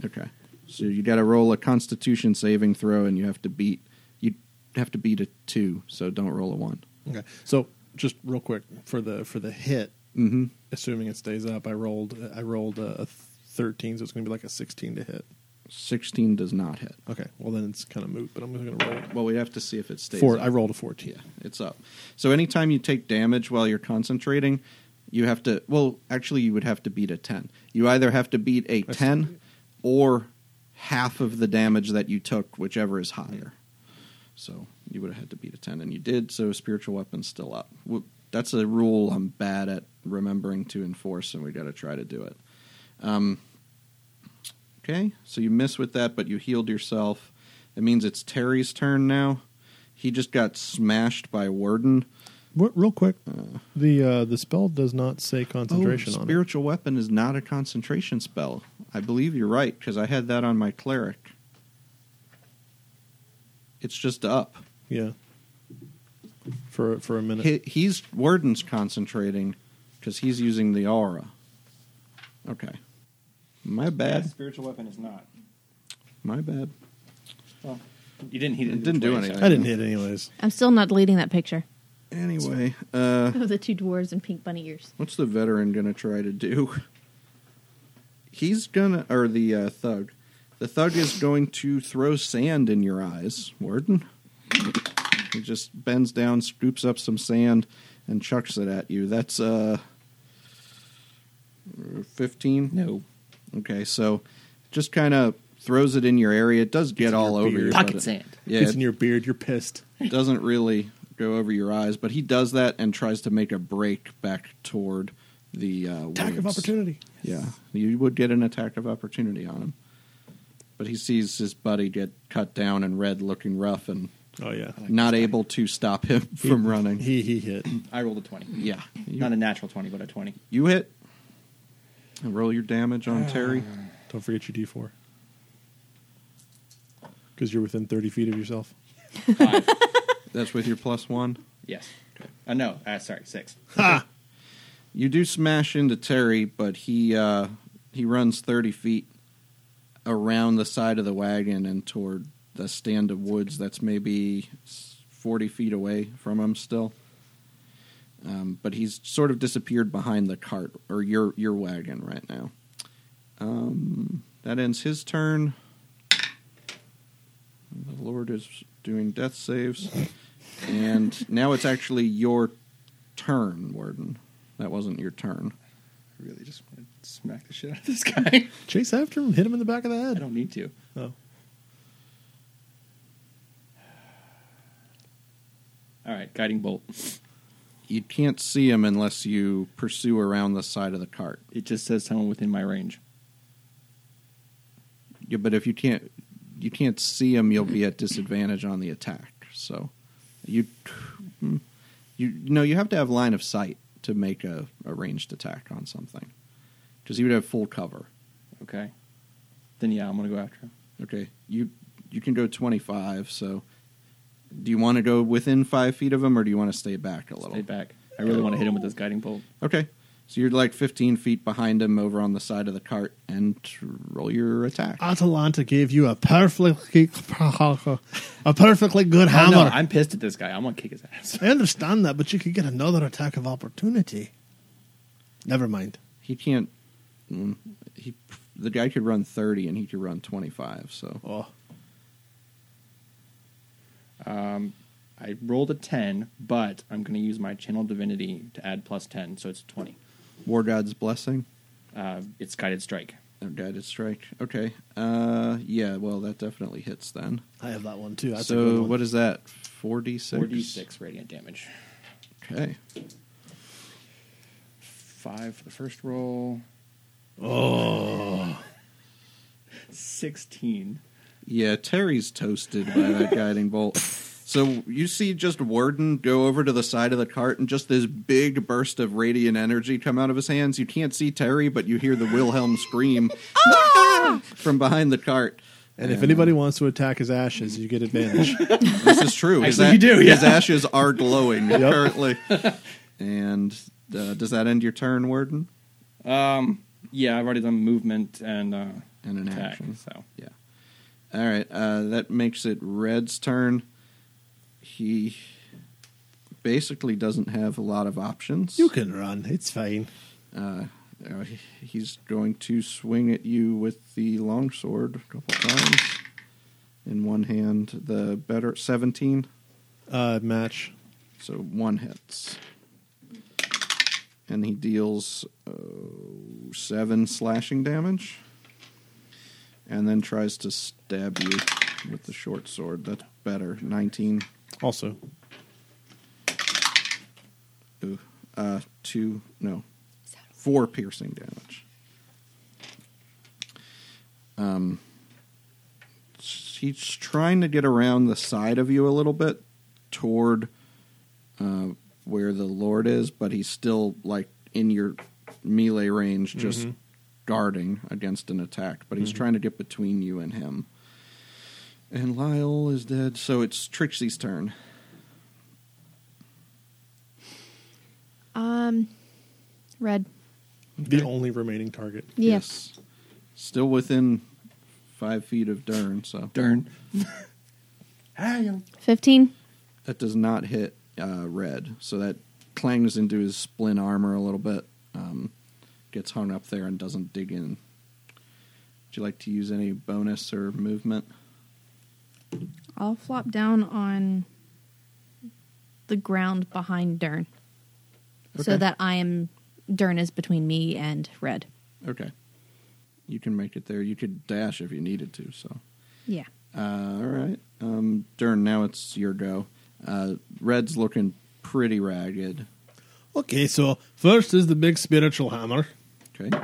Speaker 2: Okay, so you got to roll a Constitution saving throw, and you have to beat you have to beat a two, so don't roll a one.
Speaker 4: okay. So just real quick for the for the hit,
Speaker 2: Mm-hmm.
Speaker 4: assuming it stays up, I rolled I rolled a, a 13, so it's gonna be like a 16 to hit.
Speaker 2: Sixteen does not hit.
Speaker 4: Okay, well then it's kind of moot, but I'm just gonna roll.
Speaker 2: Well, we have to see if it stays.
Speaker 4: Four,
Speaker 2: up.
Speaker 4: I rolled a 14.
Speaker 2: Yeah, it's up. So anytime you take damage while you're concentrating, you have to. Well, actually, you would have to beat a ten. You either have to beat a
Speaker 4: That's-
Speaker 2: ten, or half of the damage that you took, whichever is higher. So you would have had to beat a ten, and you did. So spiritual weapon's still up. W- That's a rule I'm bad at remembering to enforce, and we got to try to do it. Um, okay, so you miss with that, but you healed yourself. That means it's Terry's turn now. He just got smashed by Warden.
Speaker 4: Wha- Real quick, the uh, the spell does not say concentration
Speaker 2: oh,
Speaker 4: on it.
Speaker 2: spiritual weapon is not a concentration spell. I believe you're right because I had that on my cleric. It's just up.
Speaker 4: Yeah, for for a minute.
Speaker 2: He, he's Warden's concentrating because he's using the aura. Okay, my
Speaker 3: Yeah,
Speaker 2: bad.
Speaker 3: spiritual weapon is not.
Speaker 2: My bad.
Speaker 3: Well, you didn't. He
Speaker 2: It
Speaker 3: Oh. didn't,
Speaker 2: didn't do
Speaker 3: it, so-
Speaker 2: anything.
Speaker 4: I didn't hit anyways.
Speaker 1: I'm still not deleting that picture
Speaker 2: Anyway, uh,
Speaker 1: of the two dwarves and pink bunny ears.
Speaker 2: What's the veteran gonna try to do? He's gonna, or the uh, thug. The thug is going to throw sand in your eyes, Warden. He just bends down, scoops up some sand, and chucks it at you. That's uh, fifteen.
Speaker 3: No.
Speaker 2: Okay, so just kind of throws it in your area. It does get
Speaker 4: in
Speaker 2: all
Speaker 4: your
Speaker 2: over
Speaker 4: beard.
Speaker 2: your
Speaker 3: Pocket
Speaker 2: but it-
Speaker 3: sand.
Speaker 2: Yeah,
Speaker 4: it's
Speaker 2: it-
Speaker 4: in your beard. You're pissed.
Speaker 2: doesn't really go over your eyes, but he does that and tries to make a break back toward the uh,
Speaker 4: Attack of
Speaker 2: waves.
Speaker 4: opportunity.
Speaker 2: Yeah, you would get an attack of opportunity on him. But he sees his buddy get cut down and red, looking rough, and
Speaker 4: Oh yeah.
Speaker 2: not able to stop him from running.
Speaker 4: He he hit.
Speaker 3: I rolled a 20.
Speaker 2: yeah, you,
Speaker 3: Not a natural 20, but a 20.
Speaker 2: you hit. And roll your damage
Speaker 4: Uh.
Speaker 2: on Terry.
Speaker 4: Don't forget your D four. Because you're within thirty feet of yourself.
Speaker 3: Five.
Speaker 2: That's with your plus one.
Speaker 3: yes. Uh, no, uh, sorry, six.
Speaker 4: Ha!
Speaker 2: You do smash into Terry, but he uh, he runs thirty feet around the side of the wagon and toward the stand of woods that's maybe s- forty feet away from him still. Um, but he's sort of disappeared behind the cart or your your wagon right now. Um, that ends his turn. The Lord is doing death saves, and now it's actually your turn, Warden. That wasn't your turn.
Speaker 3: I really just want to smack the shit out of this guy.
Speaker 4: Chase after him. Hit him in the back of the
Speaker 3: I
Speaker 4: head.
Speaker 3: don't need to.
Speaker 4: Oh.
Speaker 3: All right, guiding bolt.
Speaker 2: You can't see him unless you pursue around the side of the cart.
Speaker 3: It just says someone within my range.
Speaker 2: Yeah, but if you can't you can't see him, you'll be at disadvantage on the attack. So you mm, you no, you have to have line of sight to make a, a ranged attack on something because you would have full cover.
Speaker 3: Okay. Then yeah, I'm gonna go after him.
Speaker 2: Okay, you you can go twenty five. So do you want to go within five feet of him, or do you want to stay back a little?
Speaker 3: Stay back. I really want to hit him with this guiding bolt.
Speaker 2: Okay. So you're like 15 feet behind him over on the side of the cart and roll your attack.
Speaker 4: Atalanta gave you a perfectly a perfectly good
Speaker 3: Oh,
Speaker 4: hammer.
Speaker 3: no, I'm pissed at this guy. I'm gonna kick his ass.
Speaker 4: I understand that, but you could get another attack of opportunity. Never mind.
Speaker 2: He can't. mm, He the guy could run 30 and he could run 25. So
Speaker 4: Oh,
Speaker 3: I rolled a ten, but I'm gonna use my channel divinity to add plus ten, so it's twenty.
Speaker 2: war god's blessing
Speaker 3: Uh, it's guided strike.
Speaker 2: or guided strike. Okay. Uh yeah, well that definitely hits then.
Speaker 4: I have that one too. That's a good
Speaker 2: so
Speaker 4: one.
Speaker 2: what is that? 4d6.
Speaker 3: Four d six radiant damage.
Speaker 2: Okay.
Speaker 3: Five for the first roll. Oh. Sixteen.
Speaker 2: Yeah, Terry's toasted by that guiding bolt. So you see just Warden go over to the side of the cart and just this big burst of radiant energy come out of his hands. You can't see Terry, but you hear the Wilhelm scream
Speaker 4: Ah!
Speaker 2: from behind the cart.
Speaker 4: And if anybody wants to attack his ashes, you get advantage.
Speaker 2: This is true. His
Speaker 3: Actually, you do, yeah.
Speaker 2: His ashes are glowing currently. And uh, does that end your turn, Warden?
Speaker 3: Um, Yeah, I've already done movement and uh,
Speaker 2: And an
Speaker 3: attack.
Speaker 2: action.
Speaker 3: So
Speaker 2: Yeah. All right. Uh, that makes it Red's turn. He basically doesn't have a lot of options.
Speaker 4: you can run. It's fine.
Speaker 2: Uh, uh, he- he's going to swing at you with the longsword a couple times. In one hand, the better 17.
Speaker 4: Uh, match.
Speaker 2: So one hits. And he deals oh, seven slashing damage. And then tries to stab you with the short sword. That's better. 19.
Speaker 4: Also,
Speaker 2: Ooh. Uh, two, no, four piercing damage. Um, s- he's trying to get around the side of you a little bit toward uh, where the Lord is, but he's still like in your melee range, just guarding against an attack. But he's trying to get between you and him. And Lyle is dead, so it's Trixie's turn.
Speaker 1: Um, red.
Speaker 4: the only remaining target.
Speaker 1: Yes.
Speaker 2: Still within five feet of Dern, so
Speaker 3: Dern. Hey,
Speaker 1: 15.
Speaker 2: that does not hit uh, Red. So that clangs into his splint armor a little bit, um, gets hung up there, and doesn't dig in. Would you like to use any bonus or movement?
Speaker 1: I'll flop down on the ground behind Dern. So
Speaker 2: Okay.
Speaker 1: that I am. Dern is between me and red.
Speaker 2: Okay. You can make it there. You could dash if you needed to, so.
Speaker 1: Yeah.
Speaker 2: Uh, all right. Um, Dern, now it's your go. Uh, Red's looking pretty ragged.
Speaker 4: Okay, so first is the big spiritual hammer.
Speaker 2: Okay.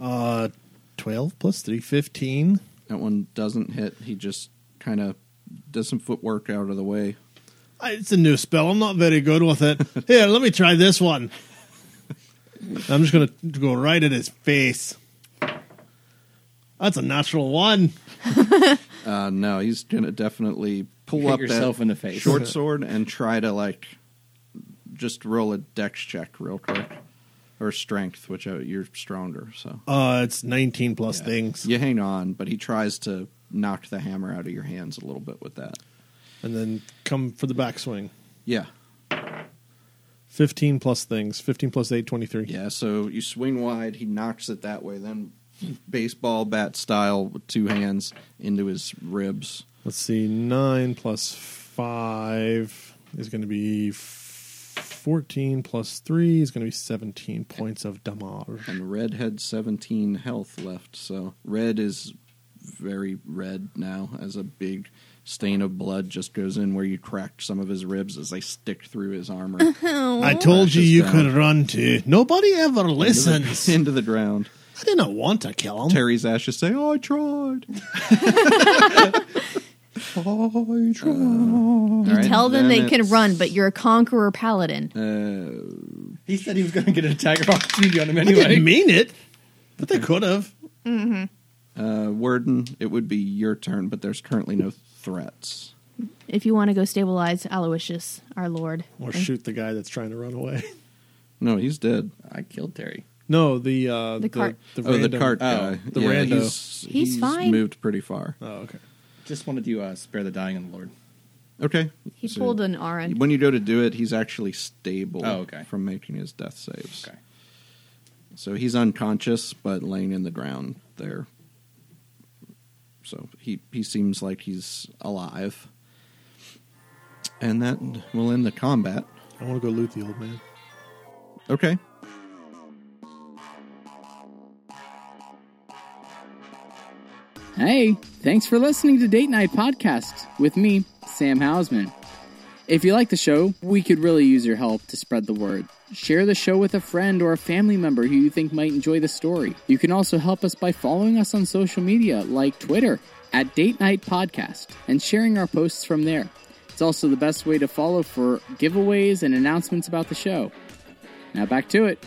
Speaker 4: Uh, 12 plus 3, 15.
Speaker 2: That one doesn't hit. He just kind of does some footwork out of the way.
Speaker 4: Uh, It's a new spell. I'm not very good with it. Here, let me try this one. I'm just going to go right at his face. That's a natural one.
Speaker 2: Uh, no, he's gonna definitely pull
Speaker 3: Hit
Speaker 2: up
Speaker 3: yourself
Speaker 2: that
Speaker 3: in the face.
Speaker 2: short sword and try to like just roll a dex check real quick or strength, which uh, you're stronger. So
Speaker 4: Uh, it's 19 plus
Speaker 3: Yeah.
Speaker 4: things.
Speaker 2: you hang on, but he tries to knock the hammer out of your hands a little bit with that.
Speaker 4: And then come for the backswing.
Speaker 2: Yeah,
Speaker 4: 15 plus things. 15 plus 8, 23.
Speaker 2: yeah. So you swing wide. He knocks it that way. Then baseball bat style with two hands into his ribs.
Speaker 4: Let's see. 9 plus 5 is going to be f- 14 plus 3 is going to be 17 points of damage.
Speaker 2: and red had 17 health left so red is very red now as a big stain of blood just goes in where you cracked some of his ribs as they stick through his armor
Speaker 3: Oh.
Speaker 4: I told you
Speaker 2: Crashes
Speaker 4: you
Speaker 2: down.
Speaker 4: could run to. Nobody ever listens. I
Speaker 2: into the ground
Speaker 4: didn't want to kill him.
Speaker 2: terry's ashes say oh, i tried
Speaker 4: Uh, I
Speaker 1: You tell them they can run, but you're a conqueror paladin.
Speaker 2: Uh,
Speaker 3: He said he was going to get an attack of opportunity on him
Speaker 4: didn't
Speaker 3: anyway.
Speaker 4: mean it, but they could have.
Speaker 2: uh, warden it would be your turn but there's currently no threats
Speaker 1: if you want to go stabilize Aloysius, our lord.
Speaker 4: Or shoot the guy that's trying to run away.
Speaker 2: no he's dead
Speaker 3: I killed Terry.
Speaker 4: No, the uh, the,
Speaker 1: cart.
Speaker 2: oh the
Speaker 4: random-
Speaker 2: cart
Speaker 3: oh,
Speaker 2: guy
Speaker 4: the
Speaker 2: yeah,
Speaker 4: rando.
Speaker 2: he's,
Speaker 1: He's fine.
Speaker 2: moved pretty far
Speaker 4: Oh, okay.
Speaker 3: Just wanted to uh, spare the dying on the Lord.
Speaker 2: okay
Speaker 1: He
Speaker 2: so-
Speaker 1: pulled an Aran.
Speaker 2: When you go to do it, he's actually stable
Speaker 3: Oh, okay.
Speaker 2: from making his death saves.
Speaker 3: Okay.
Speaker 2: So he's unconscious but laying in the ground there. So he, he seems like he's alive. And that will end the combat.
Speaker 4: I want to go loot the old man.
Speaker 2: Okay.
Speaker 5: Hey, thanks for listening to Date Night Podcast with me, Sam Hausman. If you like the show, we could really use your help to spread the word. Share the show with a friend or a family member who you think might enjoy the story. You can also help us by following us on social media like Twitter at Date Night Podcast and sharing our posts from there. It's also the best way to follow for giveaways and announcements about the show. Now back to it.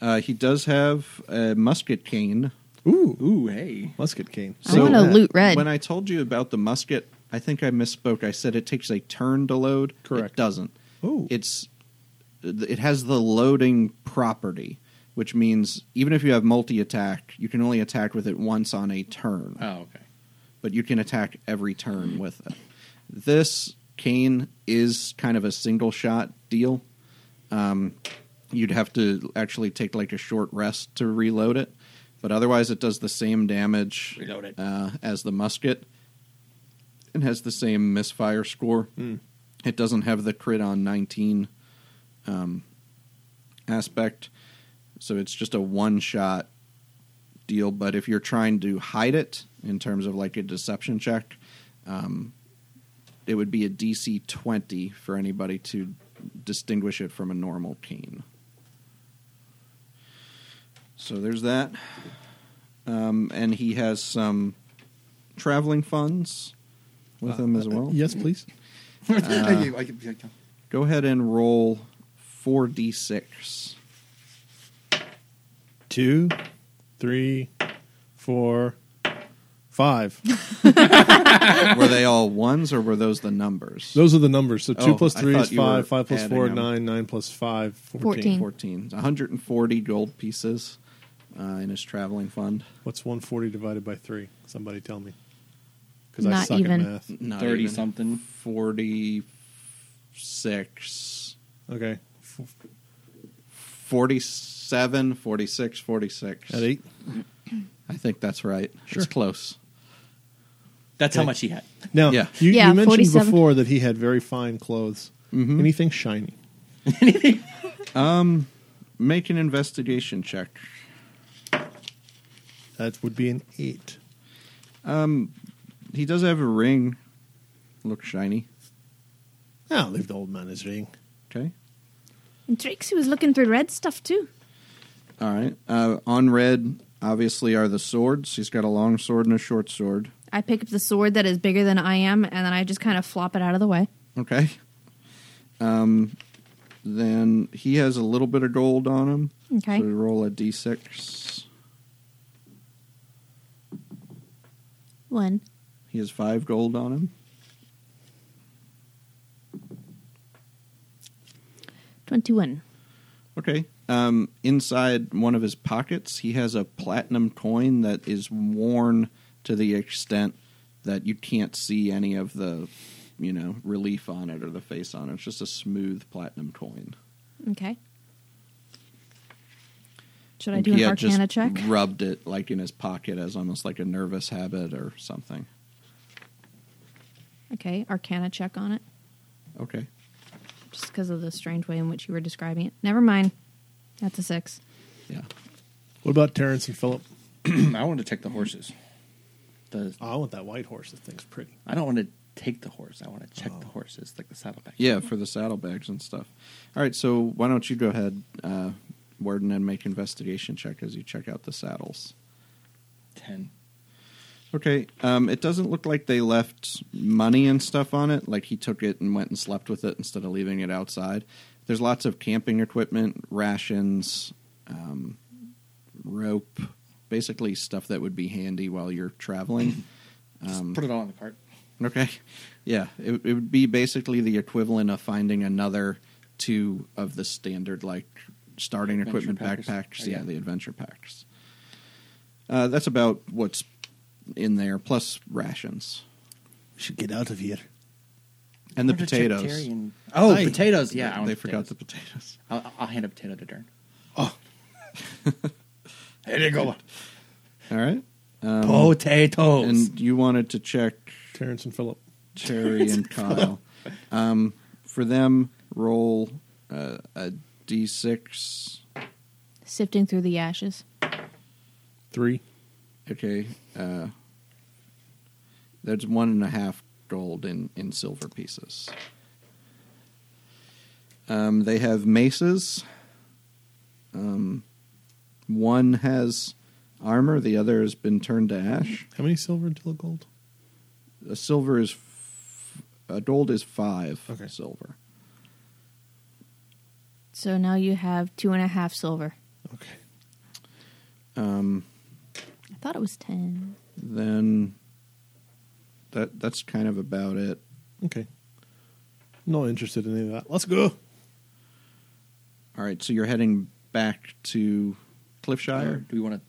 Speaker 2: Uh, he does have a musket cane.
Speaker 4: Ooh,
Speaker 3: Ooh, hey.
Speaker 4: musket cane.
Speaker 1: I wanna loot red.
Speaker 2: When I told you about the musket, I think I misspoke. I said it takes a turn to load.
Speaker 4: Correct.
Speaker 2: It doesn't.
Speaker 4: Ooh.
Speaker 2: It's it has the loading property, which means even if you have multi attack, you can only attack with it once on a turn
Speaker 3: Oh, okay.
Speaker 2: but you can attack every turn with it. This cane is kind of a single shot deal. Um, you'd have to actually take like a short rest to reload it, but otherwise it does the same damage
Speaker 3: Reload it.
Speaker 2: Uh, as the musket and has the same misfire score.
Speaker 3: Hmm.
Speaker 2: It doesn't have the crit on 19 um, aspect, so it's just a one shot deal. But if you're trying to hide it in terms of like a deception check, um, it would be a DC 20 for anybody to distinguish it from a normal cane. So there's that. Um, and he has some traveling funds with him as well.
Speaker 4: Yes, please.
Speaker 2: Go ahead and roll 4d6.
Speaker 4: Two, three, four, five.
Speaker 2: were they all ones or were those the numbers?
Speaker 4: Those are the numbers. So two
Speaker 2: Oh,
Speaker 4: plus
Speaker 2: I
Speaker 4: three is
Speaker 2: thought you were
Speaker 4: five, five plus
Speaker 2: adding
Speaker 4: four,
Speaker 2: them.
Speaker 4: nine, nine plus five, 14.
Speaker 1: Fourteen.
Speaker 2: 14. 140 gold pieces uh, in his traveling fund.
Speaker 4: What's 140 divided by three? Somebody tell me. Because I
Speaker 1: Not
Speaker 4: suck
Speaker 1: even.
Speaker 4: at math.
Speaker 2: Not
Speaker 3: 30
Speaker 2: even.
Speaker 3: something.
Speaker 2: 46.
Speaker 4: Okay.
Speaker 2: 47, 46, 46.
Speaker 4: At eight.
Speaker 2: I think that's right.
Speaker 4: Sure.
Speaker 2: It's close.
Speaker 3: That's how
Speaker 4: Okay.
Speaker 3: much he had.
Speaker 4: Now,
Speaker 2: Yeah.
Speaker 4: you,
Speaker 1: Yeah,
Speaker 4: you mentioned
Speaker 1: 47.
Speaker 4: before that he had very fine clothes. Anything shiny?
Speaker 2: Make an investigation check.
Speaker 4: That would be an eight.
Speaker 2: He does have a ring. Looks shiny.
Speaker 4: I'll leave the old man his ring.
Speaker 2: Okay.
Speaker 1: And Trixie was looking through red stuff too.
Speaker 2: All right. Uh, on red, obviously, are the swords. He's got a long sword and a short sword.
Speaker 1: I pick up the sword that is bigger than I am, and then I just kind of flop it out of the way.
Speaker 2: Okay. Um, then he has a little bit of gold on him.
Speaker 1: Okay.
Speaker 2: So we roll a d6.
Speaker 1: One.
Speaker 2: He has five gold on him.
Speaker 1: 21.
Speaker 2: Okay. Um, inside one of his pockets, he has a platinum coin that is worn to the extent that you can't see any of the, you know, relief on it or the face on it. It's just a smooth platinum coin.
Speaker 1: Okay. Should I
Speaker 2: And
Speaker 1: do an
Speaker 2: he had
Speaker 1: arcana
Speaker 2: just
Speaker 1: check?
Speaker 2: Rubbed it like in his pocket as almost like a nervous habit or something.
Speaker 1: okay, arcana check on it.
Speaker 2: Okay.
Speaker 1: Just because of the strange way in which you were describing it. Never mind. That's a six.
Speaker 2: Yeah.
Speaker 4: What about Terrence and Philip?
Speaker 3: I want to take the horses. The
Speaker 4: Oh, I want that white horse. That thing's pretty.
Speaker 3: I don't want to take the horse. I want to check the horses, like the saddleback.
Speaker 2: Oh. Yeah, for the saddlebags and stuff. All right, so why don't you go ahead, uh, Warden, and make investigation check as you check out the saddles.
Speaker 3: ten.
Speaker 2: Okay. Um, it doesn't look like they left money and stuff on it. Like he took it and went and slept with it instead of leaving it outside. There's lots of camping equipment, rations, um, rope, basically stuff that would be handy while you're traveling.
Speaker 3: Just
Speaker 2: Um,
Speaker 3: put it all in the cart.
Speaker 2: Okay. Yeah, it, it would be basically the equivalent of finding another two of the standard like starting
Speaker 3: Adventure
Speaker 2: equipment
Speaker 3: packs.
Speaker 2: backpacks.
Speaker 3: Oh,
Speaker 2: Yeah,
Speaker 3: yeah.
Speaker 2: the adventure packs. Uh, that's about what's in there, plus rations
Speaker 4: We should get out of here.
Speaker 2: and the
Speaker 3: I wanted to check
Speaker 2: potatoes.
Speaker 3: Terry and- oh,
Speaker 4: Hey.
Speaker 3: potatoes. Yeah, I
Speaker 2: they
Speaker 3: want
Speaker 2: forgot
Speaker 3: potatoes.
Speaker 2: the potatoes.
Speaker 3: I'll, I'll hand a potato to Dern.
Speaker 4: Oh,
Speaker 3: Here you go.
Speaker 2: All right,
Speaker 3: potatoes.
Speaker 2: Um, and you wanted to check
Speaker 4: Terrence and Philip.
Speaker 2: Terry and Kyle. Um, for them, roll uh, a d6.
Speaker 1: Sifting through the ashes.
Speaker 4: Three.
Speaker 2: Okay. Uh, there's one and a half gold in, in silver pieces. Um, they have maces. Um, one has armor, the other has been turned to ash.
Speaker 4: How many silver until gold?
Speaker 2: A silver is. F- a gold is five
Speaker 4: Okay.
Speaker 2: silver.
Speaker 1: So now you have two and a half silver.
Speaker 4: Okay.
Speaker 2: Um,
Speaker 1: I thought it was ten.
Speaker 2: then that that's kind of about it.
Speaker 4: Okay. Not interested in any of that. Let's go.
Speaker 2: All right, so you're heading back to
Speaker 3: Or
Speaker 2: Cliffshire.
Speaker 3: do we want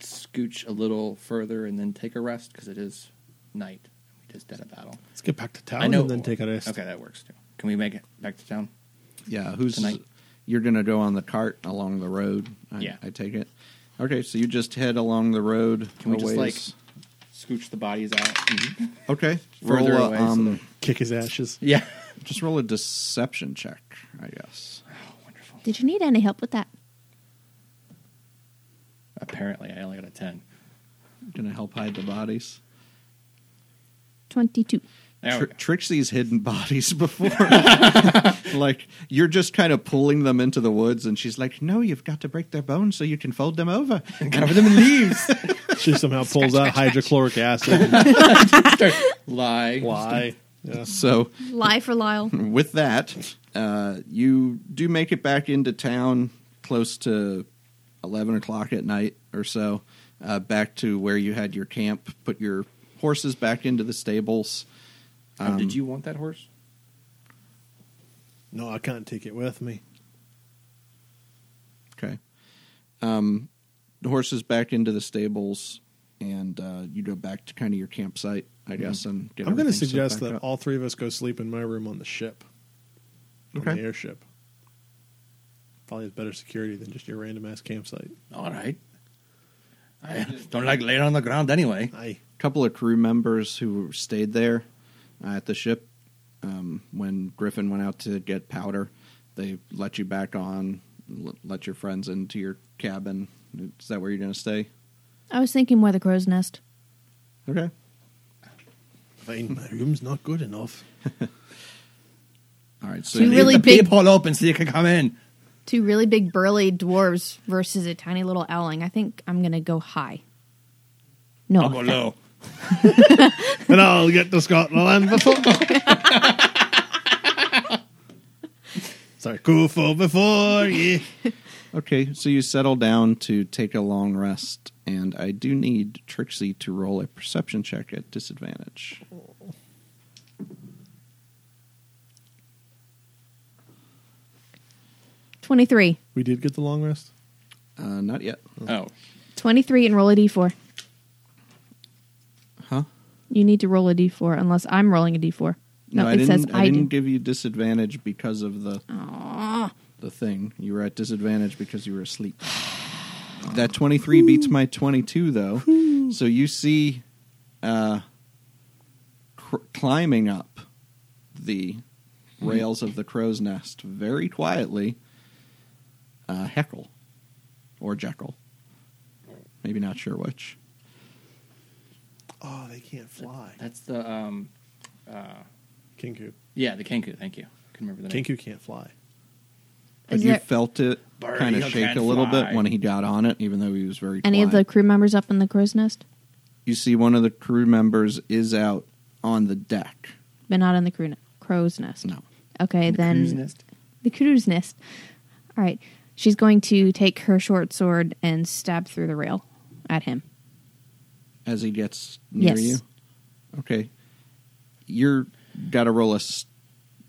Speaker 3: to scooch a little further and then take a rest because it is night? We just did a battle.
Speaker 4: Let's get back to town and then take a rest.
Speaker 3: Okay, that works too. Can we make it back to town?
Speaker 2: Yeah, who's
Speaker 3: Tonight.
Speaker 2: you're going to go on the cart along the road? I,
Speaker 3: Yeah.
Speaker 2: I take it. Okay, so you just head along the road.
Speaker 3: Can we
Speaker 2: a
Speaker 3: just,
Speaker 2: ways.
Speaker 3: Scooch the bodies out.
Speaker 2: okay
Speaker 3: further
Speaker 2: roll a,
Speaker 3: away so
Speaker 2: Um,
Speaker 4: Kick his ashes.
Speaker 3: Yeah.
Speaker 2: just roll a deception check, I guess.
Speaker 3: Oh, wonderful.
Speaker 1: Did you need any help with that?
Speaker 3: Apparently, I only got a ten.
Speaker 2: Going to help hide the bodies.
Speaker 1: Twenty-two.
Speaker 3: There
Speaker 2: Tr-
Speaker 3: we go.
Speaker 2: Trixie's hidden bodies before. like you're just kind of pulling them into the woods, and she's like, "No, you've got to break their bones so you can fold them over."
Speaker 3: Cover them in leaves.
Speaker 4: She somehow pulls out hydrochloric acid.
Speaker 3: Lie.
Speaker 4: Why? Yeah.
Speaker 2: So
Speaker 1: Lie for Lyle.
Speaker 2: with that, uh, you do make it back into town close to 11 o'clock at night or so, uh, back to where you had your camp, put your horses back into the stables.
Speaker 3: Oh, did you want that horse?
Speaker 4: No, I can't take it with me.
Speaker 2: Okay. Um, the horses back into the stables, and uh, you go back to kind of your campsite, I guess. And get
Speaker 4: Mm-hmm. I'm going to
Speaker 2: everything set
Speaker 4: suggest
Speaker 2: back
Speaker 4: that
Speaker 2: up.
Speaker 4: all three of us go sleep in my room on the ship, on
Speaker 2: Okay.
Speaker 4: the airship. Probably has better security than just your random ass campsite.
Speaker 3: All right. I don't like laying on the ground anyway.
Speaker 4: Aye.
Speaker 2: couple of crew members who stayed there uh, at the ship um, when Griffin went out to get powder. They let you back on, l- let your friends into your cabin. Is that where you're going to stay?
Speaker 1: I was thinking where the crow's nest.
Speaker 2: Okay.
Speaker 4: Fine, my room's not good enough.
Speaker 2: All right. So
Speaker 1: Do you
Speaker 2: you-
Speaker 1: really
Speaker 3: the
Speaker 1: big-
Speaker 3: peephole open so you can come in.
Speaker 1: Two really big burly dwarves versus a tiny little owling. I think I'm gonna go high. No,
Speaker 3: I'll go low.
Speaker 4: and I'll get to Scotland before. Sorry, cool for before yeah.
Speaker 2: okay. So you settle down to take a long rest, and I do need Trixie to roll a perception check at disadvantage.
Speaker 1: twenty three.
Speaker 4: We did get the long rest.
Speaker 2: Uh, not yet.
Speaker 3: Oh,
Speaker 1: 23 and roll a d4.
Speaker 2: Huh?
Speaker 1: You need to roll a d4 unless I'm rolling a d4. No,
Speaker 2: I
Speaker 1: it
Speaker 2: didn't.
Speaker 1: says
Speaker 2: I,
Speaker 1: I,
Speaker 2: didn't
Speaker 1: do.
Speaker 2: give you disadvantage because of the the thing. You were at disadvantage because you were asleep. That twenty three beats my twenty two though. So you see, uh, cr- climbing up the rails of the crow's nest very quietly. Uh, Heckle or Jekyll, maybe not sure which.
Speaker 4: Oh, they can't fly.
Speaker 3: that's the um,
Speaker 4: Kinku.
Speaker 3: yeah, the Kenku. Thank you. Can remember the name.
Speaker 4: Kinku can't fly.
Speaker 2: But
Speaker 1: Is
Speaker 2: you
Speaker 1: there
Speaker 2: felt it
Speaker 3: Bird,
Speaker 2: kind
Speaker 3: you
Speaker 2: of shake
Speaker 3: can't
Speaker 2: a little
Speaker 3: fly.
Speaker 2: bit when he got on it, even though he was very.
Speaker 1: any of the
Speaker 2: quiet.
Speaker 1: crew members up in the crow's nest?
Speaker 2: you see one of the crew members is out on the deck.
Speaker 1: But not in the crew ne- crow's nest.
Speaker 2: No.
Speaker 1: Okay,
Speaker 3: The
Speaker 1: then.
Speaker 3: crew's nest.
Speaker 1: The crew's nest. All right. She's going to take her short sword and stab through the rail at him.
Speaker 2: As he gets near
Speaker 1: Yes.
Speaker 2: you. Okay. You're got to roll a s-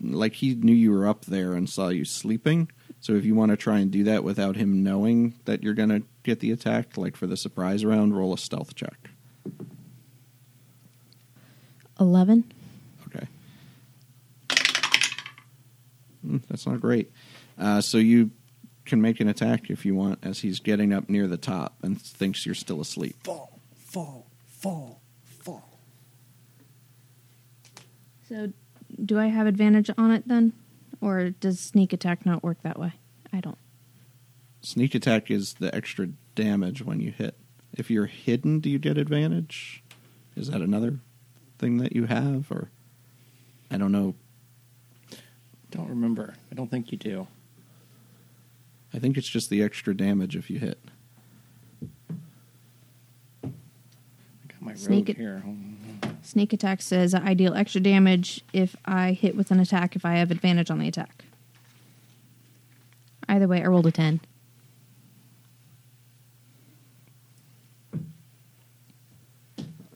Speaker 2: like he knew you were up there and saw you sleeping. So if you want to try and do that without him knowing that you're going to get the attack, like for the surprise round, roll a stealth check.
Speaker 1: 11.
Speaker 2: Okay. Mm, that's not great. Uh, so you can make an attack if you want as he's getting up near the top and thinks you're still asleep.
Speaker 4: Fall, fall, fall, fall.
Speaker 1: So do I have advantage on it then? Or does sneak attack not work that way? I don't.
Speaker 2: Sneak attack is the extra damage when you hit. If you're hidden, do you get advantage? Is that another thing that you have or I don't know.
Speaker 3: Don't remember. I don't think you do.
Speaker 2: I think it's just the extra damage if you hit.
Speaker 3: I got my
Speaker 1: Sneak
Speaker 3: rogue
Speaker 1: it.
Speaker 3: here.
Speaker 1: Sneak attack says I deal extra damage if I hit with an attack if I have advantage on the attack. Either way, I rolled a 10.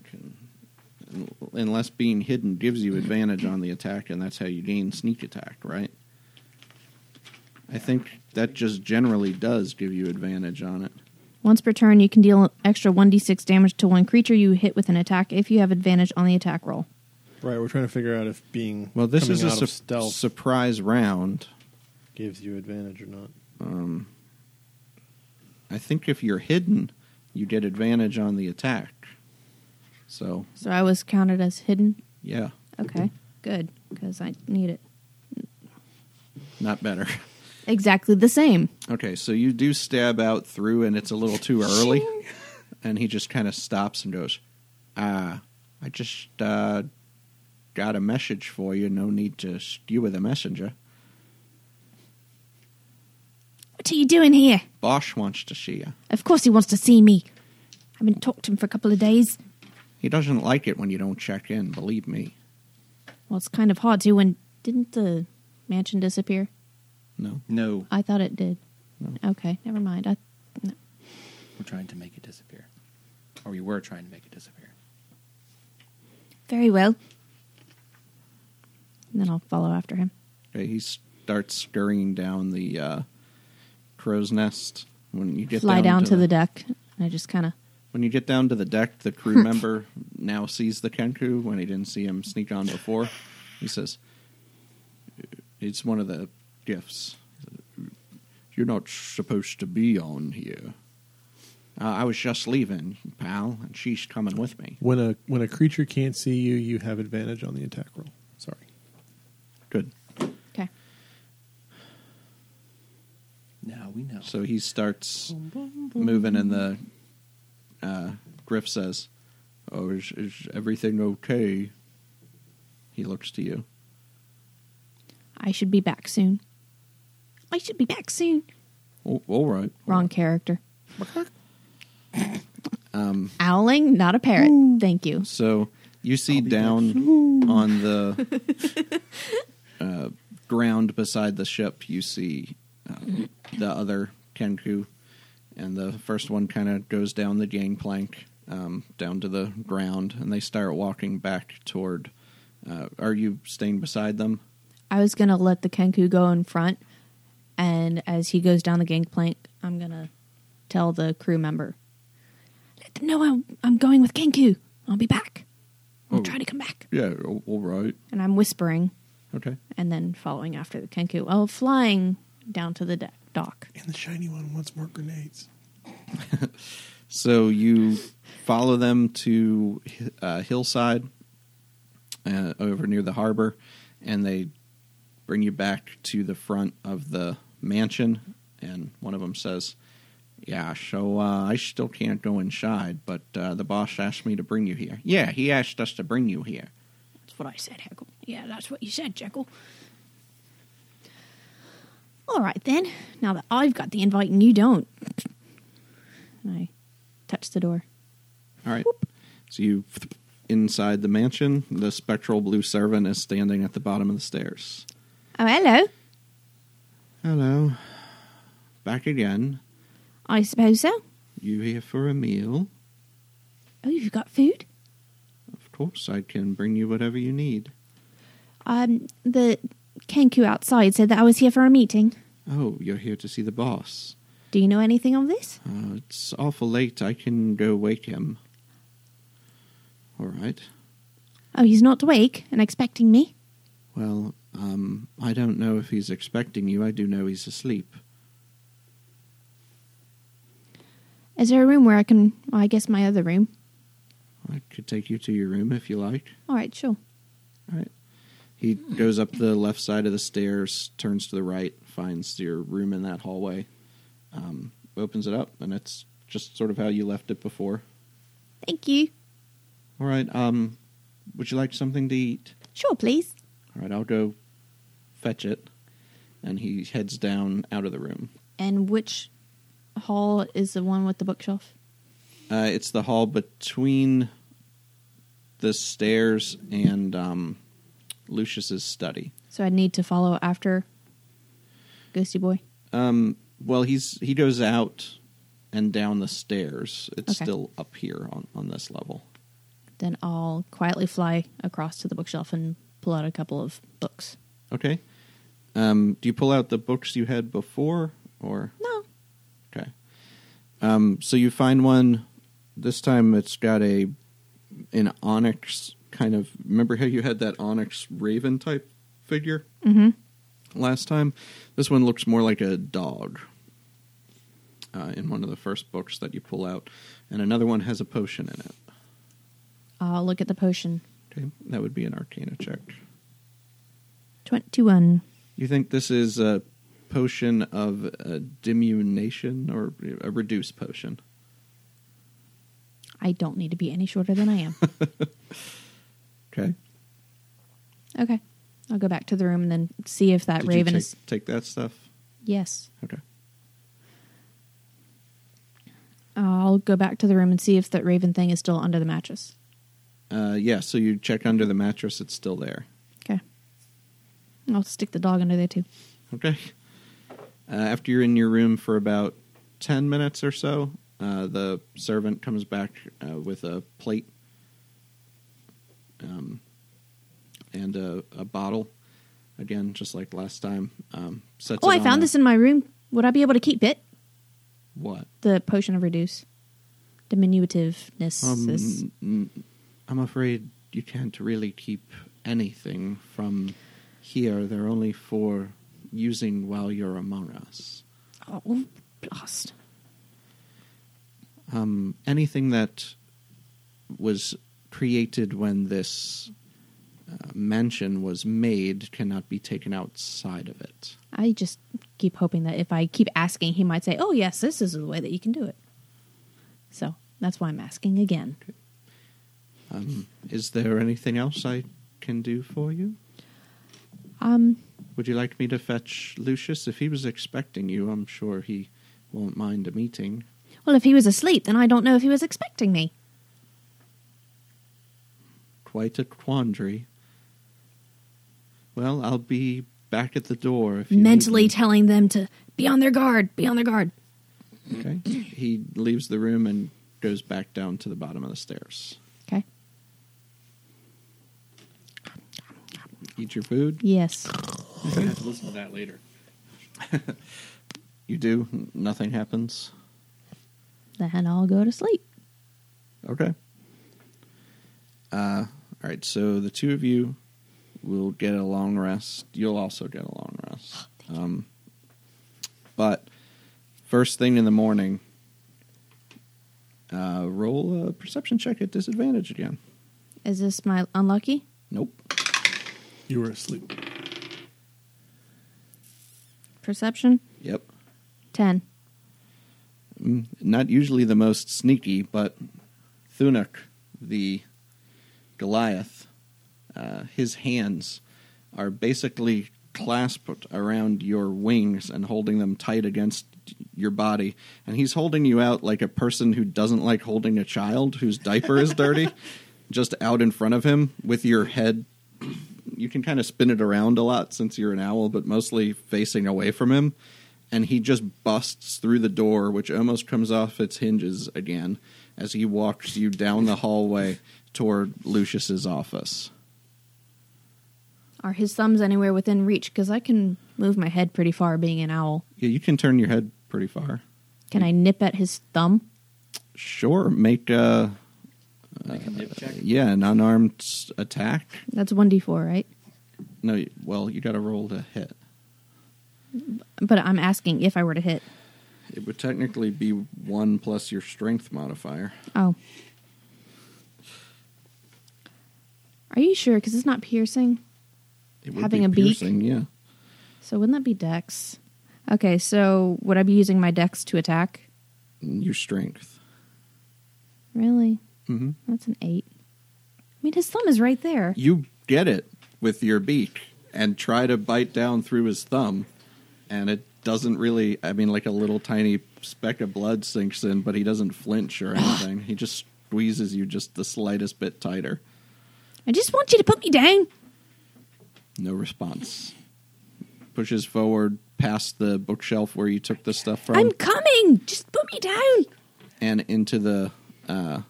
Speaker 2: Can- Unless being hidden gives you advantage on the attack, and that's how you gain sneak attack, right? I think that just generally does give you advantage on it.
Speaker 1: Once per turn, you can deal extra 1d6 damage to one creature you hit with an attack if you have advantage on the attack roll.
Speaker 4: Right, we're trying to figure out if being
Speaker 2: Well, this
Speaker 4: coming
Speaker 2: is a
Speaker 4: out of
Speaker 2: sup-
Speaker 4: stealth
Speaker 2: surprise round.
Speaker 4: gives you advantage or not.
Speaker 2: I think if you're hidden, you get advantage on the attack. So,
Speaker 1: So I was counted as hidden.
Speaker 2: yeah,
Speaker 1: Okay, good, because I need it.
Speaker 2: not better.
Speaker 1: Exactly the same.
Speaker 2: Okay, so you do stab out through, and it's a little too early, and he just kind of stops and goes, "Ah, I just uh, got a message for you. No need to stew with a messenger.
Speaker 1: What are you doing here?
Speaker 2: Bosch wants to see you.
Speaker 1: Of course he wants to see me. I haven't talked to him for a couple of days.
Speaker 2: He doesn't like it when you don't check in. Believe me.
Speaker 1: Well, it's kind of hard to when. Didn't the mansion disappear?
Speaker 2: No,
Speaker 3: No,
Speaker 1: I thought it did.
Speaker 2: No.
Speaker 1: Okay, never mind. I, no.
Speaker 3: we're trying to make it disappear, or we were trying to make it disappear.
Speaker 1: Very well. And then I'll follow after him.
Speaker 2: okay, he starts scurrying down the uh, crow's nest. When you get
Speaker 1: Fly down, to,
Speaker 2: the
Speaker 1: the deck. And I just kind of.
Speaker 2: When you get down to the deck, the crew member now sees the Kenku when he didn't see him sneak on before. He says, It's one of the gifts. You're not supposed to be on here. Uh, I was just leaving, pal, and she's coming with me.
Speaker 4: When a when a creature can't see you, you have advantage on the attack roll. Sorry.
Speaker 2: Good.
Speaker 1: Okay.
Speaker 3: Now we know.
Speaker 2: So he starts moving, and the uh, Griff says, "Oh, is, is everything okay?" He looks to you.
Speaker 1: I should be back soon. I should be back soon.
Speaker 2: Oh, all right.
Speaker 1: Wrong character. um, Owling, not a parrot. Thank you.
Speaker 2: So you see down on the uh, ground beside the ship, you see uh, the other Kenku, and the first one kind of goes down the gangplank um, down to the ground, and they start walking back toward. Uh, are you staying beside them?
Speaker 1: I was gonna let the Kenku go in front, and as he goes down the gangplank, I'm gonna tell the crew member, "Let them know I'm, I'm going with Kenku. I'll be back. I'll
Speaker 2: Oh.
Speaker 1: try to come back."
Speaker 2: Yeah, all all right.
Speaker 1: And I'm whispering,
Speaker 2: Okay.
Speaker 1: and then following after the Kenku. Oh, flying down to the deck dock.
Speaker 4: And the shiny one wants more grenades.
Speaker 2: So you follow them to uh, hillside uh, over near the harbor, and they bring you back to the front of the mansion. And one of them says, "Yeah, so uh, I still can't go inside, but uh, the boss asked me to bring you here. Yeah, he asked us to bring you here.
Speaker 1: That's what I said, Heckle. Yeah, that's what you said, Jekyll. All right, then. Now that I've got the invite and you don't. And I touch the door.
Speaker 2: All right. So you inside the mansion. The spectral blue servant is standing at the bottom of the stairs."
Speaker 1: Oh, hello.
Speaker 2: Hello. Back again.
Speaker 1: I suppose so.
Speaker 2: You here for a meal?
Speaker 1: Oh, you've got food?
Speaker 2: Of course, I can bring you whatever you need.
Speaker 1: Um, the Kenku outside said that I was here for a meeting.
Speaker 2: Oh, you're here to see the boss.
Speaker 1: Do you know anything of this?
Speaker 2: Uh, it's awful late. I can go wake him. All right.
Speaker 1: Oh, he's not awake and expecting me.
Speaker 2: Well, um, I don't know if he's expecting you. I do know he's asleep.
Speaker 1: Is there a room where I can. Well, I guess my other room.
Speaker 2: I could take you to your room if you like.
Speaker 1: All right, sure.
Speaker 2: All right. He goes up the left side of the stairs, turns to the right, finds your room in that hallway, um, opens it up, and it's just sort of how you left it before.
Speaker 1: Thank you.
Speaker 2: All right. Um, would you like something to eat?
Speaker 1: Sure, please.
Speaker 2: All right, I'll go fetch it. And he heads down out of the room.
Speaker 1: And which hall is the one with the bookshelf?
Speaker 2: Uh, it's the hall between the stairs and um, Lucius's study.
Speaker 1: So I need to follow after Ghosty Boy.
Speaker 2: Um, Well, he's he goes out and down the stairs. It's
Speaker 1: Okay.
Speaker 2: still up here on, on this level.
Speaker 1: Then I'll quietly fly across to the bookshelf and pull out a couple of books.
Speaker 2: Okay. Um, do you pull out the books you had before, or
Speaker 1: No.
Speaker 2: Okay. Um, so you find one. This time it's got a an onyx kind of. Remember how you had that onyx raven type figure
Speaker 1: Mm-hmm.
Speaker 2: last time? This one looks more like a dog. Uh, in one of the first books that you pull out, and another one has a potion in it.
Speaker 1: I'll look at the potion.
Speaker 2: Okay, that would be an Arcana check.
Speaker 1: 21.
Speaker 2: You think this is a potion of a diminution or a reduce potion?
Speaker 1: I don't need to be any shorter than I am.
Speaker 2: Okay,
Speaker 1: okay. I'll go back to the room and then see if that
Speaker 2: Did you
Speaker 1: raven
Speaker 2: take-
Speaker 1: is.
Speaker 2: take that stuff.
Speaker 1: Yes.
Speaker 2: Okay.
Speaker 1: I'll go back to the room and see if that raven thing is still under the mattress.
Speaker 2: Uh, yeah, so you check under the mattress, it's still there.
Speaker 1: Okay. I'll stick the dog under there too.
Speaker 2: Okay. Uh, after you're in your room for about 10 minutes or so, uh, the servant comes back uh, with a plate um, and a, a bottle. Again, just like last time. Um, sets
Speaker 1: Oh,
Speaker 2: it
Speaker 1: I
Speaker 2: on
Speaker 1: found
Speaker 2: a-
Speaker 1: this in my room. Would I be able to keep it?
Speaker 2: What?
Speaker 1: The potion of reduce. Diminutiveness.
Speaker 2: Um,
Speaker 1: is,
Speaker 2: n- I'm afraid you can't really keep anything from here. They're only for using while you're among us.
Speaker 1: oh, blast.
Speaker 2: um, anything that was created when this uh, mansion was made cannot be taken outside of it.
Speaker 1: I just keep hoping that if I keep asking, he might say, oh, yes, this is the way that you can do it. So that's why I'm asking again.
Speaker 2: Um, is there anything else I can do for you?
Speaker 1: Um,
Speaker 2: Would you like me to fetch Lucius? If he was expecting you, I'm sure he won't mind a meeting.
Speaker 1: well, if he was asleep, then I don't know if he was expecting me.
Speaker 2: Quite a quandary. Well, I'll be back at the door if you need
Speaker 1: Mentally
Speaker 2: me.
Speaker 1: telling them to be on their guard, be on their guard.
Speaker 2: Okay. He leaves the room and goes back down to the bottom of the stairs.
Speaker 1: Okay.
Speaker 2: Eat your food.
Speaker 1: Yes.
Speaker 3: I'm gonna have to listen to that later.
Speaker 2: You do. N- Nothing happens.
Speaker 1: Then I'll go to sleep.
Speaker 2: Okay. Uh, all right. So the two of you will get a long rest. You'll also get a long rest. Um, but first thing in the morning, uh, roll a perception check at disadvantage again.
Speaker 1: Is this my unlucky?
Speaker 2: Nope.
Speaker 4: You were asleep.
Speaker 1: Perception?
Speaker 2: Yep.
Speaker 1: 10.
Speaker 2: not usually the most sneaky, but Thunuk, the Goliath, uh, his hands are basically clasped around your wings and holding them tight against your body. And he's holding you out like a person who doesn't like holding a child whose diaper is dirty, just out in front of him with your head. You can kind of spin it around a lot since you're an owl, but mostly facing away from him and he just busts through the door, which almost comes off its hinges again as he walks you down the hallway toward Lucius's office.
Speaker 1: Are his thumbs anywhere within reach? Because I can move my head pretty far being an owl.
Speaker 2: Yeah, you can turn your head pretty far.
Speaker 1: Can I nip at his thumb?
Speaker 2: Sure, make a
Speaker 3: Like a nip check.
Speaker 2: yeah an unarmed s- attack.
Speaker 1: That's 1d4, right?
Speaker 2: No, you- well you got to roll to hit.
Speaker 1: But I'm asking if I were to hit.
Speaker 2: It would technically be one plus your strength modifier.
Speaker 1: Oh. Are you sure? Because it's not piercing.
Speaker 2: It would
Speaker 1: Having
Speaker 2: be
Speaker 1: a beak?
Speaker 2: piercing, yeah.
Speaker 1: So wouldn't that be dex? Okay, so would I be using my dex to attack?
Speaker 2: Your strength.
Speaker 1: Really?
Speaker 2: hmm
Speaker 1: That's an 8. I mean, his thumb is right there.
Speaker 2: you get it with your beak and try to bite down through his thumb and it doesn't really i mean like a little tiny speck of blood sinks in but he doesn't flinch or anything he just squeezes you just the slightest bit tighter
Speaker 1: I just want you to put me down.
Speaker 2: no response pushes forward past the bookshelf where you took the stuff from
Speaker 1: I'm coming. Just put me down.
Speaker 2: and into the uh,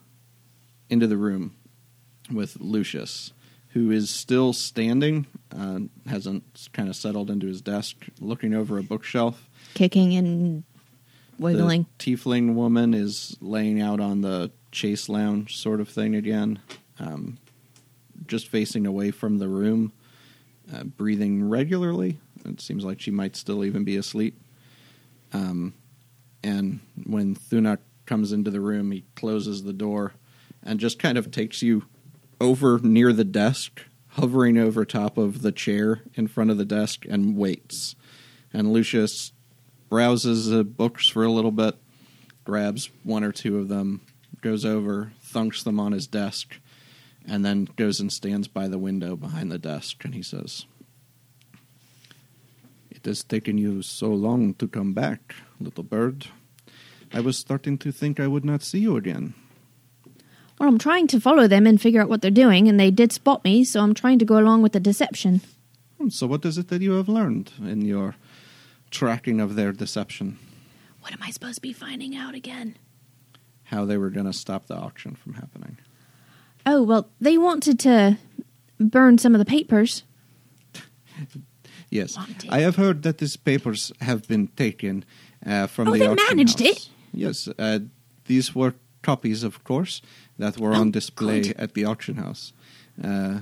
Speaker 2: into the room with Lucius, who is still standing, uh, hasn't kind of settled into his desk, looking over a bookshelf.
Speaker 1: Kicking and wiggling.
Speaker 2: The tiefling woman is laying out on the chase lounge sort of thing again, um, just facing away from the room, uh, breathing regularly. It seems like she might still even be asleep. Um, and when Thunok comes into the room, he closes the door and just kind of takes you over near the desk, hovering over top of the chair in front of the desk, and waits. And Lucius browses the books for a little bit, grabs one or two of them, goes over, thunks them on his desk, and then goes and stands by the window behind the desk and he says, It has taken you so long to come back, little bird. I was starting to think I would not see you again.
Speaker 1: Well, I'm trying to follow them and figure out what they're doing, and they did spot me, so I'm trying to go along with the deception.
Speaker 2: Hmm, So, what is it that you have learned in your tracking of their deception?
Speaker 1: What am I supposed to be finding out again?
Speaker 2: How they were going to stop the auction from happening?
Speaker 1: Oh, well, they wanted to burn some of the papers.
Speaker 2: Yes,
Speaker 1: Wanted.
Speaker 2: I have heard that these papers have been taken uh, from
Speaker 1: Oh,
Speaker 2: the
Speaker 1: they
Speaker 2: auction
Speaker 1: managed
Speaker 2: house.
Speaker 1: it?
Speaker 2: Yes, uh, these were copies, of course, that were on
Speaker 1: Oh,
Speaker 2: display
Speaker 1: good.
Speaker 2: at the auction house. Uh,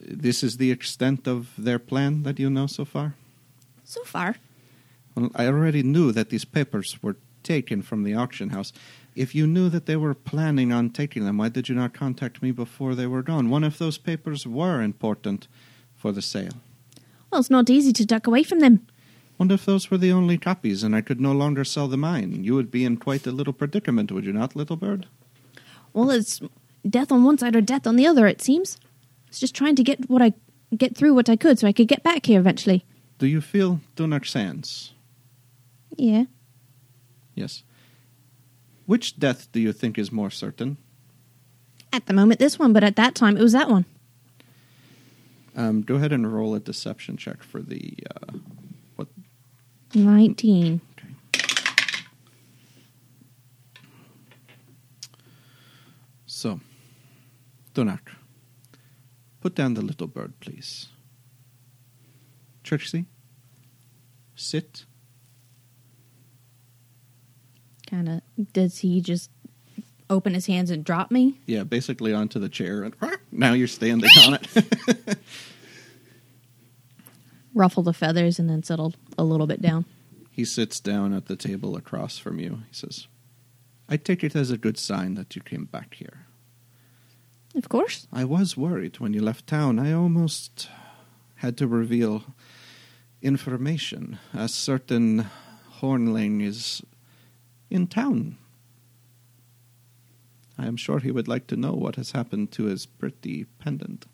Speaker 2: this is the extent of their plan that you know so far.
Speaker 1: So far.
Speaker 2: Well, I already knew that these papers were taken from the auction house. If you knew that they were planning on taking them, why did you not contact me before they were gone? One of those papers were important for the sale.
Speaker 1: Well, it's not easy to duck away from them.
Speaker 2: Wonder if those were the only copies and I could no longer sell the mine. You would be in quite a little predicament, would you not, little bird?
Speaker 1: Well, it's death on one side or death on the other. It seems. I was just trying to get what I get through what I could, so I could get back here eventually.
Speaker 2: Do you feel Dunark Sands?
Speaker 1: Yeah.
Speaker 2: Yes. Which death do you think is more certain?
Speaker 1: At the moment, this one, but at that time, it was that one.
Speaker 2: Um, go ahead and roll a deception check for the uh, what?
Speaker 1: Nineteen.
Speaker 2: Okay. So, Donak, put down the little bird, please. Trixie, sit.
Speaker 1: Kind of. Does he just open his hands and drop me?
Speaker 2: Yeah, basically onto the chair, and now you're standing on it.
Speaker 1: Ruffle the feathers and then settle a little bit down.
Speaker 2: He sits down at the table across from you. He says, I take it as a good sign that you came back here.
Speaker 1: Of course.
Speaker 2: I was worried when you left town. I almost had to reveal information. A certain Hornling is in town. I am sure he would like to know what has happened to his pretty pendant.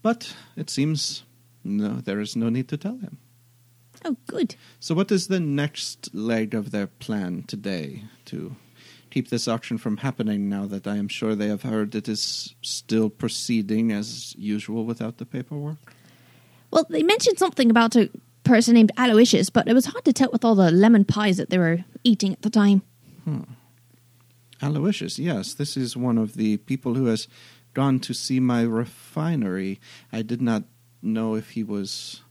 Speaker 2: But it seems no, there is no need to tell him.
Speaker 1: Oh, good.
Speaker 2: So, what is the next leg of their plan today to keep this auction from happening now that I am sure they have heard it is still proceeding as usual without the paperwork?
Speaker 1: Well, they mentioned something about a person named Aloysius, but it was hard to tell with all the lemon pies that they were eating at the time.
Speaker 2: Aloysius, yes, this is one of the people who has gone to see my refinery. I did not know if he was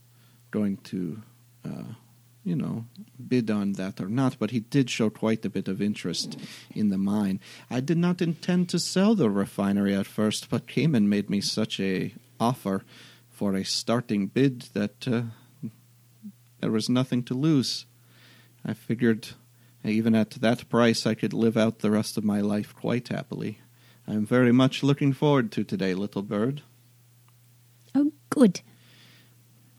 Speaker 2: going to, uh, you know, bid on that or not, but he did show quite a bit of interest in the mine. I did not intend to sell the refinery at first, but Cayman made me such a offer for a starting bid that uh, there was nothing to lose. I figured even at that price I could live out the rest of my life quite happily. I'm very much looking forward to today, little bird.
Speaker 1: Oh, good.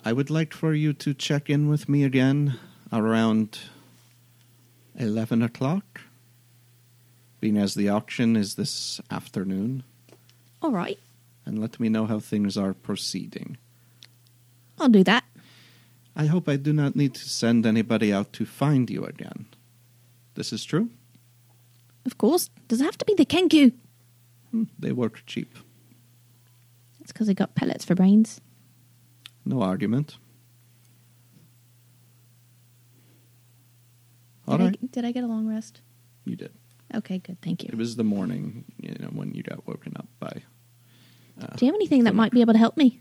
Speaker 2: I would like for you to check in with me again around 11 o'clock, being as the auction is this afternoon,
Speaker 1: All right.
Speaker 2: and let me know how things are proceeding.
Speaker 1: I'll do that.
Speaker 2: I hope I do not need to send anybody out to find you again. This is true?
Speaker 1: Of course. Does it have to be the Kenku?
Speaker 2: Hmm, They work cheap.
Speaker 1: That's because I got pellets for brains.
Speaker 2: No argument. All
Speaker 1: Did,
Speaker 2: right.
Speaker 1: I, did I get a long rest?
Speaker 2: You did.
Speaker 1: Okay, good. Thank
Speaker 2: It
Speaker 1: you.
Speaker 2: was the morning, you know, when you got woken up by uh,
Speaker 1: Do you have anything that might be able to help me?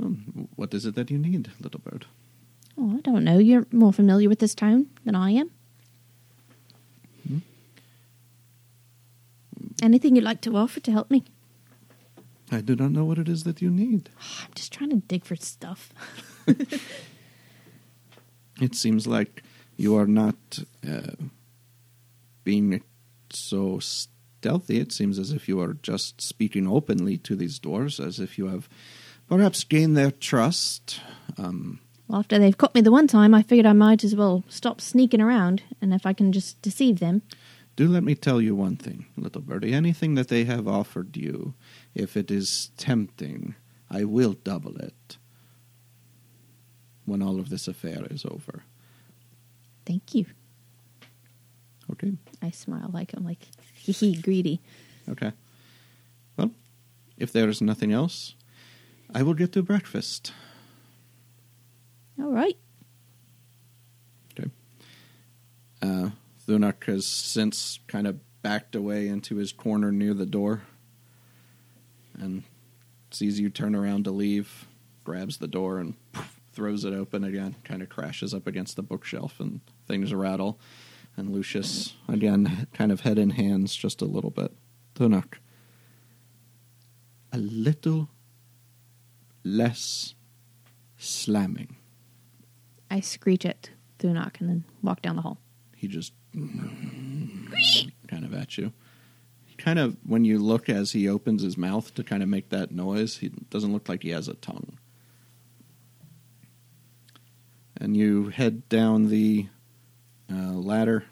Speaker 2: um, what is it that you need, little bird?
Speaker 1: Oh, I don't know. You're more familiar with this town than I am.
Speaker 2: Hmm?
Speaker 1: Anything you'd like to offer to help me?
Speaker 2: I do not know what it is that you need.
Speaker 1: I'm just trying to dig for stuff.
Speaker 2: It seems like you are not uh, being so stealthy. It seems as if you are just speaking openly to these doors, as if you have perhaps gained their trust. Um,
Speaker 1: Well, after they've caught me the one time, I figured I might as well stop sneaking around, and if I can just deceive them.
Speaker 2: Do let me tell you one thing, little birdie. Anything that they have offered you, if it is tempting, I will double it when all of this affair is over.
Speaker 1: Thank you.
Speaker 2: Okay?
Speaker 1: I smile like I'm like, hee hee, greedy.
Speaker 2: Okay. Well, if there is nothing else, I will get to breakfast.
Speaker 1: All right.
Speaker 2: Okay. Uh, Thunak has since kind of backed away into his corner near the door and sees you turn around to leave, grabs the door and poof, throws it open again, kind of crashes up against the bookshelf and things rattle. And Lucius, again, kind of head in hands just a little bit. Thunak, a little less slamming.
Speaker 1: I screech at Thunak and then walk down the hall.
Speaker 2: he just kind of at you. He kind of when you look as he opens his mouth to kind of make that noise, he doesn't look like he has a tongue. And you head down the uh, ladder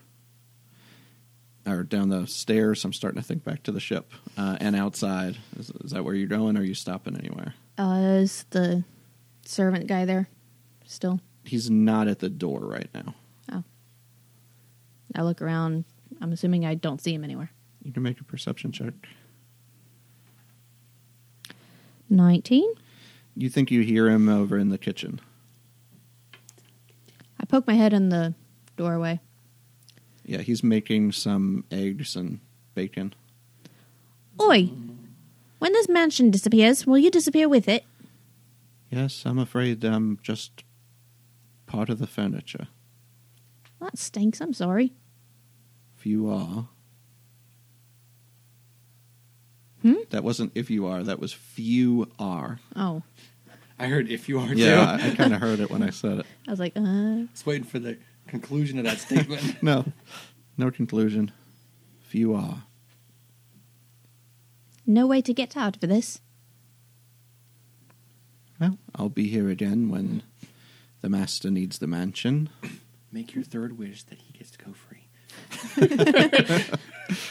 Speaker 2: or down the stairs. I'm starting to think back to the ship uh, and outside. Is, is that where you're going? Or are you stopping anywhere?
Speaker 1: Uh, is the servant guy there still?
Speaker 2: He's not at the door right now.
Speaker 1: Oh. I look around. I'm assuming I don't see him anywhere.
Speaker 2: You can make a perception check.
Speaker 1: 19.
Speaker 2: You think you hear him over in the kitchen.
Speaker 1: I poke my head in the doorway.
Speaker 2: Yeah, he's making some eggs and bacon.
Speaker 1: Oi! When this mansion disappears, will you disappear with it?
Speaker 2: Yes, I'm afraid I'm just part of the furniture.
Speaker 1: That stinks. I'm sorry.
Speaker 2: If you are.
Speaker 1: Hmm?
Speaker 2: That wasn't if you are, that was few are.
Speaker 1: Oh.
Speaker 3: I heard if you are
Speaker 2: Yeah,
Speaker 3: too.
Speaker 2: I, I kind of heard it when I said it.
Speaker 1: I was like, uh.
Speaker 3: Just waiting for the conclusion of that statement.
Speaker 2: No, no conclusion. If you are.
Speaker 1: No way to get out of this.
Speaker 2: Well, I'll be here again when the master needs the mansion.
Speaker 3: Make your third wish that he gets to go free.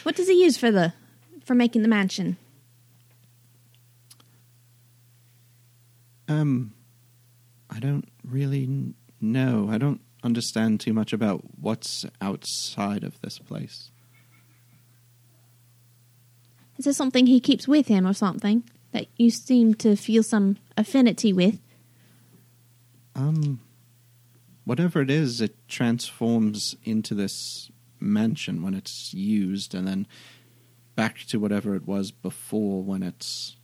Speaker 1: What does he use for the. for making the mansion?
Speaker 2: Um, I don't really n- know. I don't understand too much about what's outside of this place.
Speaker 1: Is there something he keeps with him or something that you seem to feel some affinity with?
Speaker 2: Um, whatever it is, it transforms into this mansion when it's used, and then back to whatever it was before when it's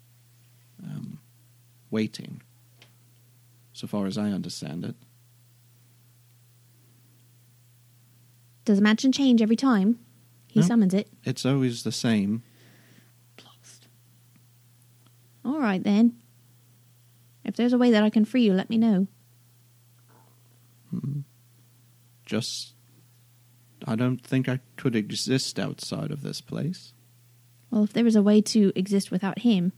Speaker 2: um, waiting. So far as I understand it,
Speaker 1: Does the mansion change every time he
Speaker 2: No.
Speaker 1: summons it?
Speaker 2: it's always the same.
Speaker 1: All right then. If there's a way that I can free you, let me know.
Speaker 2: Just, I don't think I could exist outside of this place.
Speaker 1: Well, if there was a way to exist without him,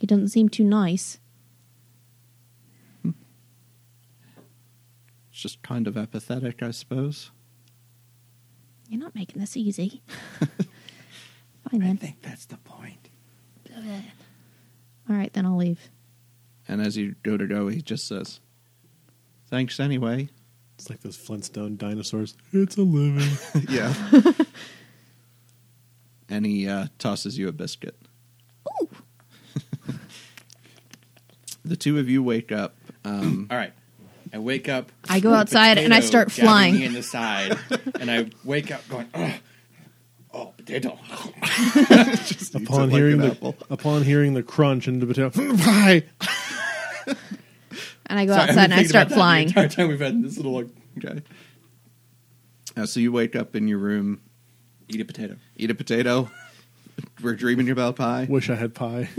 Speaker 1: he doesn't seem too nice.
Speaker 2: It's just kind of apathetic, I suppose.
Speaker 1: You're not making this easy. Fine then.
Speaker 3: think that's the point.
Speaker 1: All right then, I'll leave.
Speaker 2: And as you go to go, he just says, "Thanks anyway."
Speaker 4: It's like those Flintstone dinosaurs. It's a living.
Speaker 2: yeah. and he uh, tosses you a biscuit.
Speaker 1: Ooh,
Speaker 2: The two of you wake up. Um,
Speaker 3: All right. I wake up.
Speaker 1: I go outside and I
Speaker 3: potato
Speaker 1: start
Speaker 3: jabbing
Speaker 1: flying.
Speaker 3: me in the side, and I wake up going, oh, oh potato.
Speaker 4: upon
Speaker 2: it like
Speaker 4: hearing
Speaker 2: an
Speaker 4: the
Speaker 2: apple.
Speaker 4: upon hearing the crunch and the potato, why?
Speaker 1: and I go
Speaker 3: Sorry, I've
Speaker 1: outside
Speaker 3: been
Speaker 1: and I
Speaker 3: thinking
Speaker 1: start
Speaker 3: about that
Speaker 1: flying.
Speaker 3: The entire time we've had this little like,
Speaker 2: okay. Uh, so you wake up in your room,
Speaker 3: eat a potato.
Speaker 2: eat a potato. We're dreaming about pie,
Speaker 4: Wish I had pie.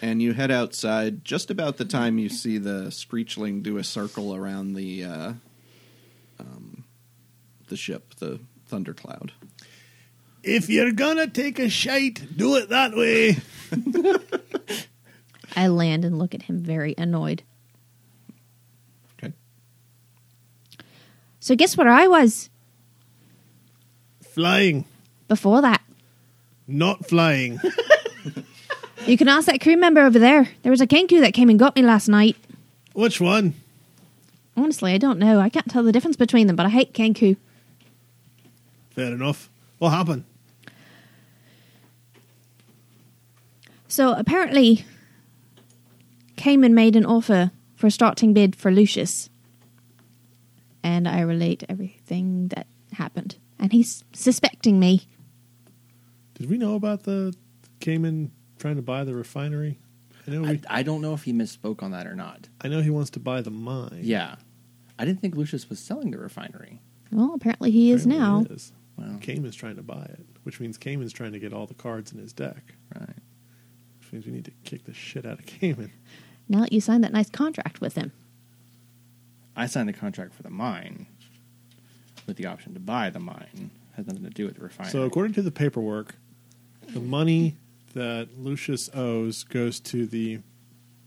Speaker 2: and you head outside. Just about the time you see the screechling do a circle around the uh, um, the ship, the thundercloud.
Speaker 4: if you're gonna take a shite, do it that way.
Speaker 1: I land and look at him, very annoyed.
Speaker 2: Okay.
Speaker 1: So guess where I was
Speaker 4: Flying,
Speaker 1: before that?
Speaker 4: not flying.
Speaker 1: You can ask that crew member over there. There was a Kenku that came and got me last night.
Speaker 4: Which one?
Speaker 1: Honestly, I don't know. I can't tell the difference between them, but I hate Kenku.
Speaker 4: Fair enough. What happened?
Speaker 1: So apparently, Cayman made an offer for a starting bid for Lucius. And I relate everything that happened. And he's suspecting me.
Speaker 4: Did we know about the Cayman trying to buy the refinery? I know.
Speaker 3: I,
Speaker 4: We,
Speaker 3: I don't know if he misspoke on that or not.
Speaker 4: I know he wants to buy the mine.
Speaker 3: Yeah. I didn't think Lucius was selling the refinery.
Speaker 1: Well, apparently he is now.
Speaker 4: Apparently it is.
Speaker 3: Well,
Speaker 4: Cayman's trying to buy it, which means Cayman's trying to get all the cards in his deck.
Speaker 3: right.
Speaker 4: Which means we need to kick the shit out of Cayman.
Speaker 1: Now that you signed that nice contract with him.
Speaker 3: I signed the contract for the mine with the option to buy the mine. Has nothing to do with the refinery.
Speaker 4: So, according to the paperwork, the money that Lucius owes goes to the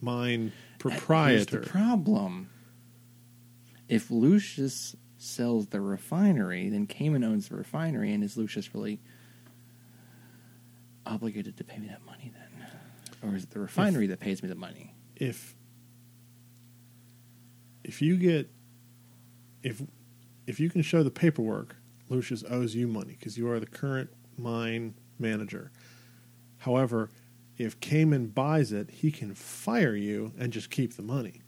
Speaker 4: mine
Speaker 3: That- here's
Speaker 4: proprietor.
Speaker 3: the problem. If Lucius sells the refinery, then Cayman owns the refinery, and is Lucius really obligated to pay me that money then? Or is it the refinery that pays me the money?
Speaker 4: if if you get if if you can show the paperwork, Lucius owes you money because you are the current mine manager. However, if Cayman buys it, he can fire you and just keep the money.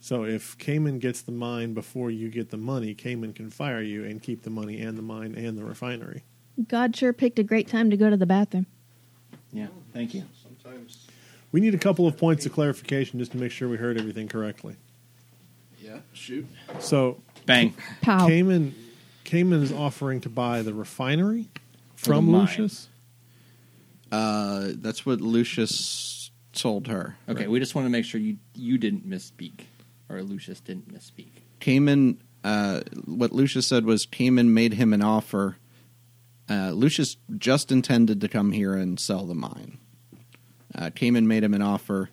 Speaker 4: So if Cayman gets the mine before you get the money, Cayman can fire you and keep the money and the mine and the refinery.
Speaker 1: God sure picked a great time to go to the bathroom.
Speaker 3: Yeah, thank you.
Speaker 2: Sometimes,
Speaker 4: We need a couple of points of clarification just to make sure we heard everything correctly.
Speaker 2: yeah, shoot.
Speaker 4: So
Speaker 3: Bang.
Speaker 1: Pow.
Speaker 4: Cayman Cayman is offering to buy the refinery from
Speaker 3: the mine.
Speaker 4: Lucius.
Speaker 2: Uh, that's what Lucius told her.
Speaker 3: Okay, we just want to make sure you you didn't misspeak, or Lucius didn't misspeak.
Speaker 2: Cayman, uh, what Lucius said was Cayman made him an offer. Uh, Lucius just intended to come here and sell the mine. Uh, Cayman made him an offer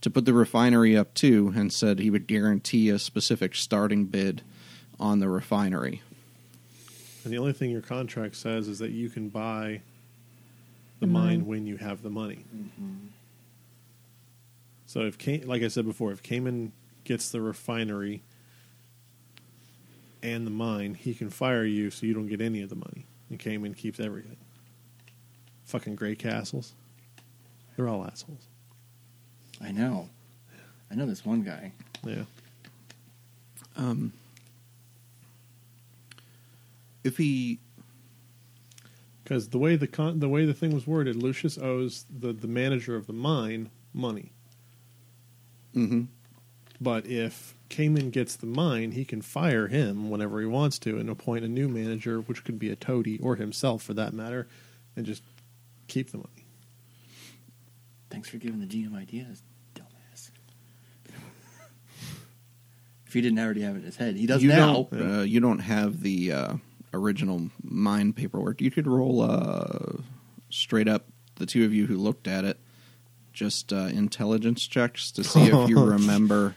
Speaker 2: to put the refinery up too and said he would guarantee a specific starting bid on the refinery.
Speaker 4: And the only thing your contract says is that you can buy the mine Mm-hmm. when you have the money. So if Cay- like I said before, if Cayman gets the refinery and the mine, he can fire you so you don't get any of the money. And Cayman keeps everything. Fucking gray castles. They're all assholes.
Speaker 3: I know. I know this one guy.
Speaker 4: Yeah.
Speaker 2: Um, If he
Speaker 4: Because the way the con- the way the thing was worded, Lucius owes the, the manager of the mine money.
Speaker 2: Mhm.
Speaker 4: But if Cayman gets the mine, he can fire him whenever he wants to and appoint a new manager, which could be a toady or himself for that matter, and just keep the money.
Speaker 3: Thanks for giving the GM ideas, dumbass. if he didn't already have it in his head, he does
Speaker 2: you
Speaker 3: now.
Speaker 2: don't, uh, you don't have the uh, original mine paperwork. You could roll uh, straight up the two of you who looked at it, just uh, intelligence checks to see if you remember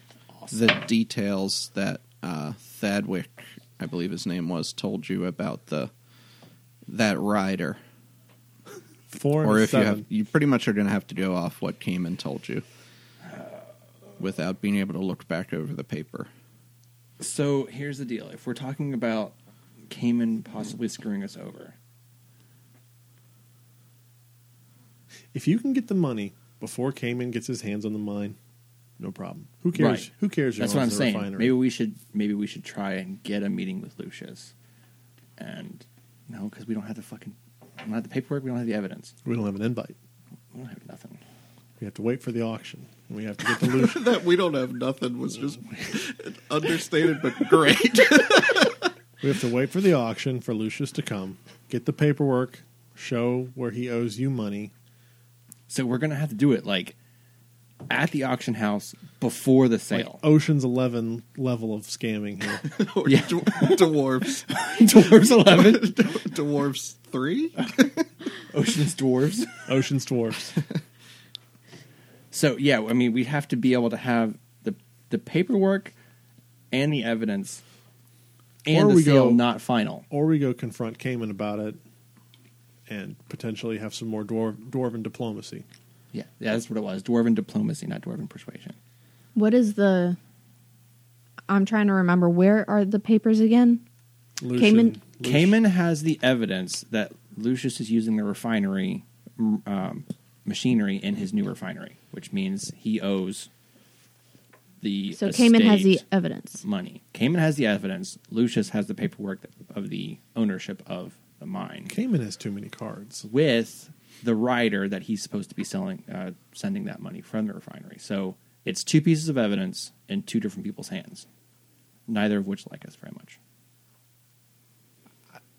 Speaker 2: the details that uh, Thadwick, I believe his name was, told you about the that rider.
Speaker 4: Four
Speaker 2: Or
Speaker 4: and
Speaker 2: if
Speaker 4: a
Speaker 2: you
Speaker 4: seven.
Speaker 2: have, you pretty much are going to have to go off what came and told you, without being able to look back over the paper.
Speaker 3: So here's the deal: if we're talking about Cayman possibly screwing us over,
Speaker 4: if you can get the money before Cayman gets his hands on the mine, no problem. Who cares?
Speaker 3: Right.
Speaker 4: Who cares? who
Speaker 3: that's what I'm
Speaker 4: owns the
Speaker 3: saying.
Speaker 4: refinery?
Speaker 3: Maybe we should maybe we should try and get a meeting with Lucius, and no, because we don't have the fucking we don't have the paperwork, we don't have the evidence,
Speaker 4: we don't have an invite.
Speaker 3: we don't have nothing.
Speaker 4: We have to wait for the auction. And we have to get the Lucius.
Speaker 2: that we don't have nothing was just understated but great.
Speaker 4: We have to wait for the auction for Lucius to come, get the paperwork, show where he owes you money.
Speaker 3: So we're gonna have to do it like at the auction house before the
Speaker 4: Like
Speaker 3: sale.
Speaker 4: Ocean's Eleven level of scamming here.
Speaker 2: or
Speaker 3: Yeah.
Speaker 2: d- dwarves.
Speaker 4: oh.
Speaker 3: dwarves eleven,
Speaker 2: dwarves 3?
Speaker 3: oceans dwarves.
Speaker 4: Ocean's dwarfs.
Speaker 3: So yeah, I mean, we have to be able to have the the paperwork and the evidence, and
Speaker 4: Or
Speaker 3: the
Speaker 4: we
Speaker 3: sale
Speaker 4: go-
Speaker 3: not final.
Speaker 4: Or we go confront Cayman about it and potentially have some more dwarf, dwarven diplomacy.
Speaker 3: Yeah, yeah, that's what it was. Dwarven diplomacy, not dwarven persuasion.
Speaker 1: What is the? I'm trying to remember. Where are the papers again?
Speaker 4: Lucian,
Speaker 1: Cayman-
Speaker 4: Luc-
Speaker 3: Cayman has the evidence that Lucius is using the refinery m- um, machinery in his new refinery, which means he owes the
Speaker 1: So Cayman has the
Speaker 3: estate
Speaker 1: evidence.
Speaker 3: money. Cayman has the evidence. Lucius has the paperwork that, of the ownership of the mine.
Speaker 4: Cayman has too many cards.
Speaker 3: with the rider that he's supposed to be selling, uh, sending that money from the refinery. So it's two pieces of evidence in two different people's hands, neither of which like us very much.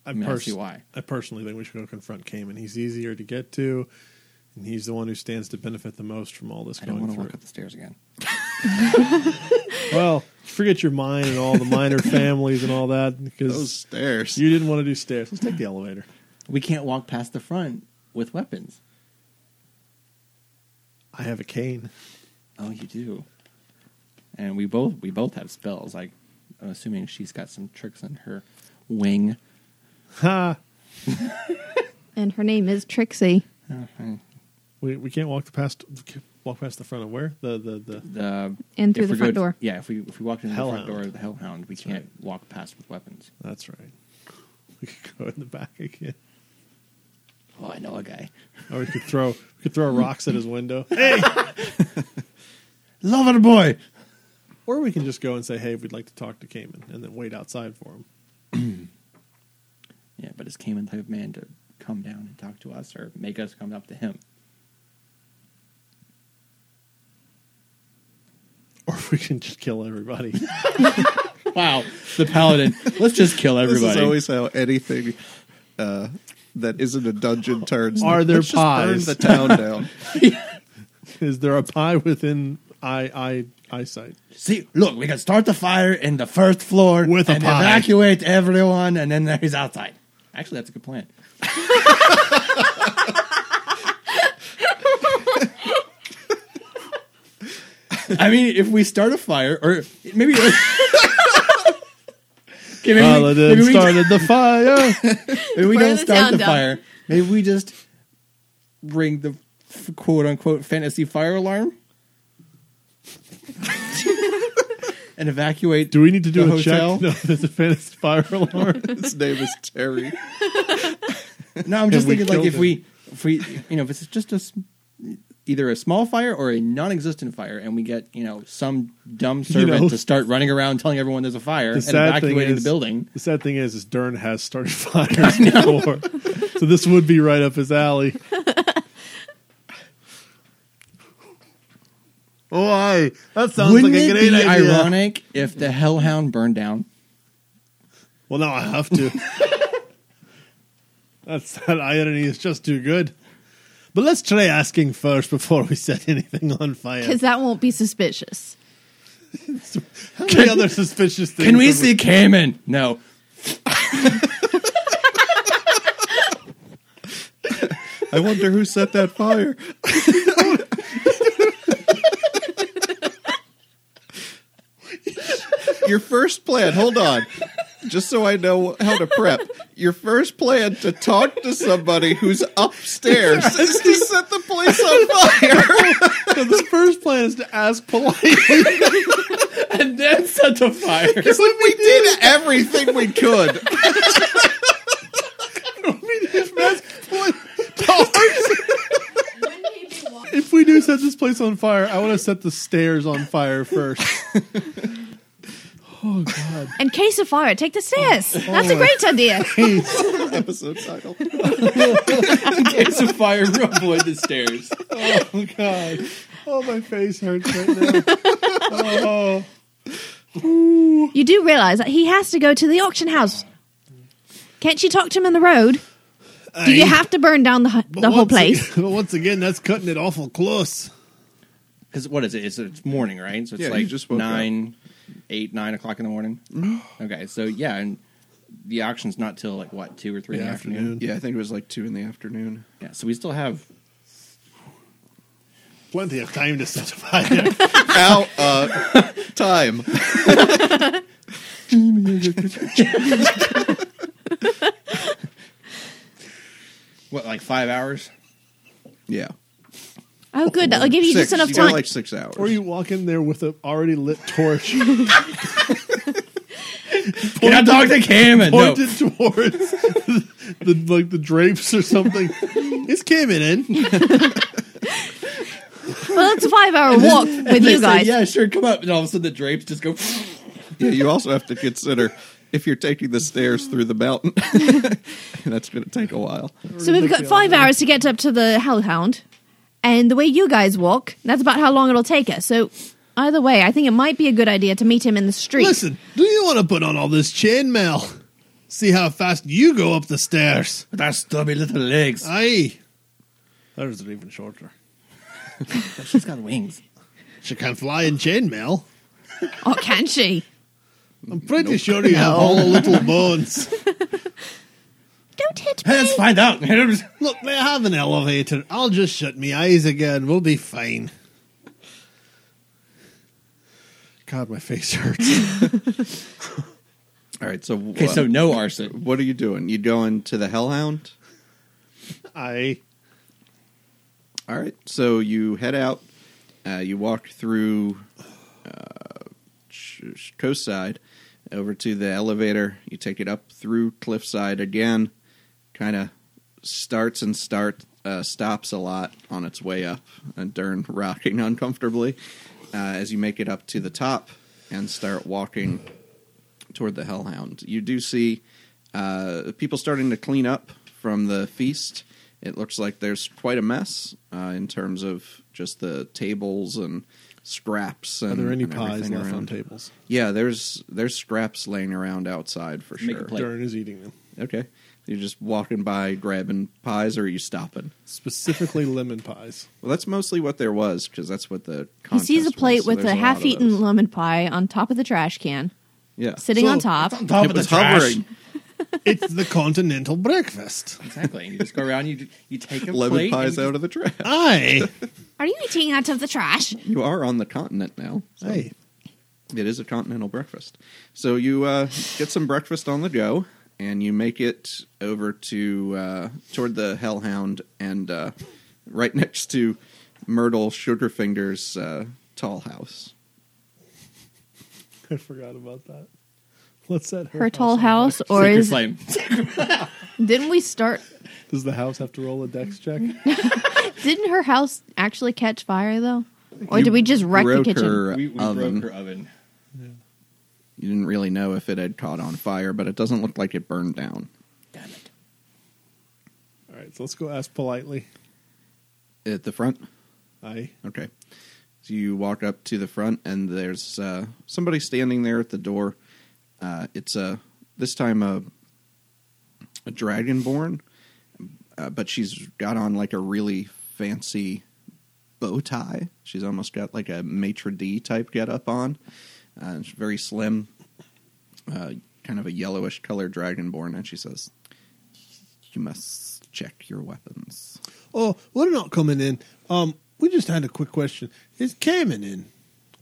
Speaker 3: I mean, I see why.
Speaker 4: I personally think we should go confront Cayman. He's easier to get to, and he's the one who stands to benefit the most from all this
Speaker 3: I don't
Speaker 4: going
Speaker 3: want to
Speaker 4: through.
Speaker 3: walk up the stairs again.
Speaker 4: Well, forget your mine and all the minor families and all that
Speaker 2: Those
Speaker 4: because
Speaker 2: stairs.
Speaker 4: you didn't want to do stairs. Let's take the elevator.
Speaker 3: We can't walk past the front with weapons.
Speaker 4: I have a cane.
Speaker 3: Oh, you do. And we both we both have spells. Like I'm assuming she's got some tricks in her wing.
Speaker 4: Ha!
Speaker 1: And her name is Trixie.
Speaker 4: We, we can't walk the past walk past the front of where the the the
Speaker 3: The
Speaker 1: And through
Speaker 3: if
Speaker 1: the
Speaker 3: we
Speaker 1: front
Speaker 3: go-
Speaker 1: door.
Speaker 3: Yeah, if we if we walked into the front
Speaker 4: Hellhound.
Speaker 3: door of the hellhound, we can't walk past with weapons.
Speaker 4: That's right. We could go in the back again.
Speaker 3: Oh, I know a guy.
Speaker 4: Or we could throw we could throw rocks at his window. Hey!
Speaker 3: Love it, boy.
Speaker 4: Or we can just go and say, "Hey, we'd like to talk to Cayman," and then wait outside for him.
Speaker 3: Yeah, but is Cayman the type of man to come down and talk to us or make us come up to him?
Speaker 4: Or we can just kill everybody.
Speaker 3: Wow, the paladin. Let's just kill everybody.
Speaker 2: This is always how anything uh, that isn't a dungeon turns.
Speaker 4: Are there
Speaker 2: Let's just
Speaker 4: pies?
Speaker 2: burn the town down.
Speaker 4: Is there a pie within eye eye eyesight?
Speaker 3: See, look, we can start the fire in the first floor
Speaker 4: With a
Speaker 3: and
Speaker 4: pie.
Speaker 3: evacuate everyone, and then he's outside. Actually, that's a good plan. I mean, if we start a fire, or maybe. Okay, maybe, we- maybe
Speaker 4: Paladin
Speaker 3: we-
Speaker 4: started the fire.
Speaker 3: Maybe we
Speaker 1: Burn
Speaker 3: don't
Speaker 1: the
Speaker 3: start
Speaker 1: town
Speaker 3: the
Speaker 1: down.
Speaker 3: fire. Maybe we just ring the f- quote unquote fantasy fire alarm and evacuate.
Speaker 4: Do we need to do
Speaker 3: The
Speaker 4: a
Speaker 3: hotel?
Speaker 4: check? No, there's a fantasy fire alarm.
Speaker 2: His name is Terry.
Speaker 3: No, I'm just
Speaker 4: we
Speaker 3: thinking like
Speaker 4: killed
Speaker 3: if we, if we, you know, if it's just a s- either a small fire or a non-existent fire, and we get you know some dumb servant
Speaker 4: know.
Speaker 3: to start running around telling everyone there's a fire
Speaker 4: The
Speaker 3: and
Speaker 4: sad thing
Speaker 3: evacuating
Speaker 4: is-
Speaker 3: the building.
Speaker 4: The sad thing is, is Dern has started fires before, so this would be right up his alley. Why? Oh, That sounds
Speaker 3: Wouldn't
Speaker 4: like a
Speaker 3: it
Speaker 4: great
Speaker 3: be
Speaker 4: idea.
Speaker 3: ironic if the Hellhound burned down?
Speaker 4: Well, now I have to. That's that irony is just too good. But let's try asking first before we set anything on fire.
Speaker 1: Because that won't be suspicious.
Speaker 4: How many other suspicious things?
Speaker 3: Can we
Speaker 4: have
Speaker 3: see Cayman? No.
Speaker 2: I wonder who set that fire. Your first plan, hold on. Just so I know how to prep. Your first plan to talk to somebody who's upstairs is to set the place on fire.
Speaker 4: So the first plan is to ask politely.
Speaker 3: and then set the fire.
Speaker 2: It's like we did everything we could.
Speaker 4: if we do set this place on fire, I want to set the stairs on fire first. oh God!
Speaker 1: In case of fire, take the stairs. That's a great idea.
Speaker 2: Episode title.
Speaker 3: In case of fire, avoid the stairs.
Speaker 4: Oh God! Oh, my face hurts right now. Oh,
Speaker 1: You do realize that he has to go to the auction house. Can't you talk to him in the road? Do you have to burn down the, hu-
Speaker 4: But
Speaker 1: the whole
Speaker 4: once
Speaker 1: place?
Speaker 4: aga- but once again, that's cutting it awful close.
Speaker 3: Because what is it? It's, it's morning, right? So it's
Speaker 2: Yeah, you
Speaker 3: like
Speaker 2: just woke Mm-hmm.
Speaker 3: nine, eight, nine o'clock in the morning. okay, so yeah, and the auction's not till like what two or three in the afternoon.
Speaker 2: Yeah, I think it was like two in the afternoon.
Speaker 3: Yeah, so we still have.
Speaker 4: Plenty of time to set a fire.
Speaker 2: Out uh, time.
Speaker 3: What like five hours?
Speaker 2: Yeah.
Speaker 1: Oh, good. That'll give you just
Speaker 2: Six.
Speaker 1: enough
Speaker 2: You got,
Speaker 1: time.
Speaker 2: like six hours.
Speaker 4: or you walk in there with an already lit torch
Speaker 3: Can I talk to Cameron? No.
Speaker 4: pointed towards the like the drapes or something. It's coming in.
Speaker 1: well, it's a five hour walk with
Speaker 3: They
Speaker 1: you
Speaker 3: say,
Speaker 1: guys.
Speaker 3: yeah, sure, come up. And all of a sudden the drapes just go.
Speaker 2: Yeah, you also have to consider if you're taking the stairs through the mountain. That's going to take a while.
Speaker 1: So we've got five hours to get up to the Hellhound, and the way you guys walk, that's about how long it'll take us. So either way, I think it might be a good idea to meet him in the street.
Speaker 4: Listen, do you want to put on all this chainmail? See how fast you go up the stairs.
Speaker 3: That stubby little legs.
Speaker 4: Aye. Hers are even shorter.
Speaker 1: Oh,
Speaker 3: She's got wings.
Speaker 4: She can fly in chainmail.
Speaker 1: Or Oh, can she?
Speaker 4: I'm pretty sure you have all the little bones.
Speaker 1: Don't hit me.
Speaker 3: Let's find out. That's
Speaker 4: Look, they have an elevator. I'll just shut my eyes again. We'll be fine. God, my face hurts.
Speaker 2: All right, so uh,
Speaker 3: Okay, so no arson.
Speaker 2: What are you doing? You going to the Hellhound?
Speaker 4: I
Speaker 2: All right, so you head out. Uh, you walk through uh, sh- sh- coast side over to the elevator. You take it up through cliffside again. Kind of starts and start uh, stops a lot on its way up, and Dern rocking uncomfortably uh, as you make it up to the top and start walking toward the Hellhound. You do see uh, people starting to clean up from the feast. It looks like there's quite a mess uh, in terms of just the tables and scraps. And,
Speaker 4: are there any
Speaker 2: and
Speaker 4: pies
Speaker 2: everything
Speaker 4: left
Speaker 2: around.
Speaker 4: on tables?
Speaker 2: Yeah, there's there's scraps laying around outside for
Speaker 3: Make a
Speaker 2: sure.
Speaker 3: plate. Like-
Speaker 4: Dern is eating them.
Speaker 2: Okay, you're just walking by grabbing pies, or are you stopping?
Speaker 4: Specifically lemon pies.
Speaker 2: Well, that's mostly what there was because that's what the
Speaker 1: He sees a
Speaker 2: contest
Speaker 1: plate
Speaker 2: was, so
Speaker 1: with
Speaker 2: there's
Speaker 1: a
Speaker 2: lot of
Speaker 1: half-eaten
Speaker 2: those.
Speaker 1: lemon pie on top of the trash can,
Speaker 2: yeah
Speaker 1: sitting
Speaker 4: So,
Speaker 1: on top.
Speaker 3: Top
Speaker 2: It was hovering.
Speaker 4: It's the continental breakfast.
Speaker 3: Exactly. You just go around. You you take a
Speaker 2: Lemon
Speaker 3: plate.
Speaker 2: pies
Speaker 3: and
Speaker 2: out of the trash.
Speaker 4: I.
Speaker 1: Are you eating out of the trash?
Speaker 2: You are on the continent now. so-
Speaker 4: Hey.
Speaker 2: It is a continental breakfast. So you uh, get some breakfast on the go, and you make it over to uh, toward the Hellhound, and uh, right next to Myrtle Sugarfinger's uh, tall house.
Speaker 4: I forgot about that. What's that?
Speaker 1: Her tall house, or
Speaker 3: Sacred
Speaker 1: is
Speaker 3: flame.
Speaker 1: didn't we start?
Speaker 4: Does the house have to roll a dex check?
Speaker 1: Didn't her house actually catch fire though, or
Speaker 2: You
Speaker 1: did we just wreck the
Speaker 2: broke
Speaker 1: kitchen?
Speaker 2: her
Speaker 3: We, we
Speaker 2: oven.
Speaker 3: broke her oven.
Speaker 2: You didn't really know if it had caught on fire, but it doesn't look like it burned down.
Speaker 3: Damn it.
Speaker 4: All right, so let's go ask politely.
Speaker 2: At the front?
Speaker 4: I.
Speaker 2: Okay. So you walk up to the front, and there's uh, somebody standing there at the door. Uh, it's a this time a a dragonborn, uh, but she's got on like a really fancy bow tie. She's almost got like a maitre d type getup on. Uh, she's very slim, uh, kind of a yellowish colored dragonborn, and she says, "You must check your weapons."
Speaker 4: Oh, we're not coming in. Um, we just had a quick question. Is Cameron in?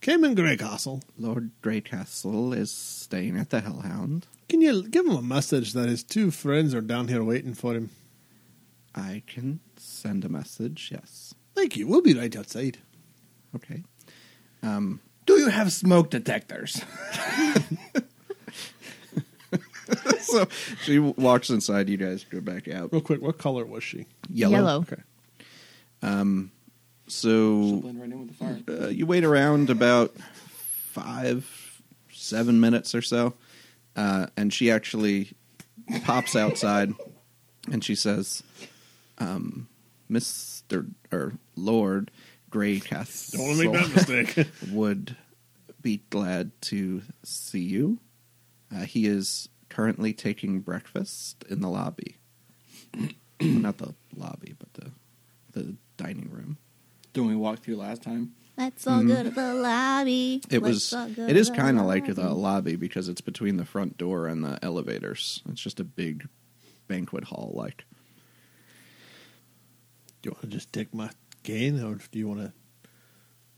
Speaker 4: Cameron Greghassel.
Speaker 2: Lord Greycastle is staying at the Hellhound.
Speaker 4: Can you give him a message that his two friends are down here waiting for him?
Speaker 2: I can send a message, yes.
Speaker 4: Thank you. We'll be right outside.
Speaker 2: Okay.
Speaker 3: Do you have smoke detectors?
Speaker 2: so she walks inside, you guys go back out.
Speaker 4: Real quick, what color was she?
Speaker 2: Yellow.
Speaker 1: Yellow.
Speaker 2: Um,
Speaker 4: Okay.
Speaker 2: So
Speaker 3: Blend right in with the fire.
Speaker 2: uh, you wait around about five, seven minutes or so, uh, and she actually pops outside and she says, um, Mr. or Lord Greycastle.
Speaker 4: Don't want to make that mistake.
Speaker 2: would be glad to see you. Uh, he is currently taking breakfast in the lobby. Well, Not the lobby, but the the dining room.
Speaker 3: Don't we walk through last time?
Speaker 6: Let's all go to the lobby.
Speaker 2: Mm-hmm. It
Speaker 6: Let's
Speaker 2: was.
Speaker 6: all go
Speaker 2: It is
Speaker 6: to
Speaker 2: kind of like uh, the
Speaker 6: lobby.
Speaker 2: lobby because it's between the front door and the elevators. It's just a big banquet hall. Like
Speaker 4: do you want to just take my cane, or do you want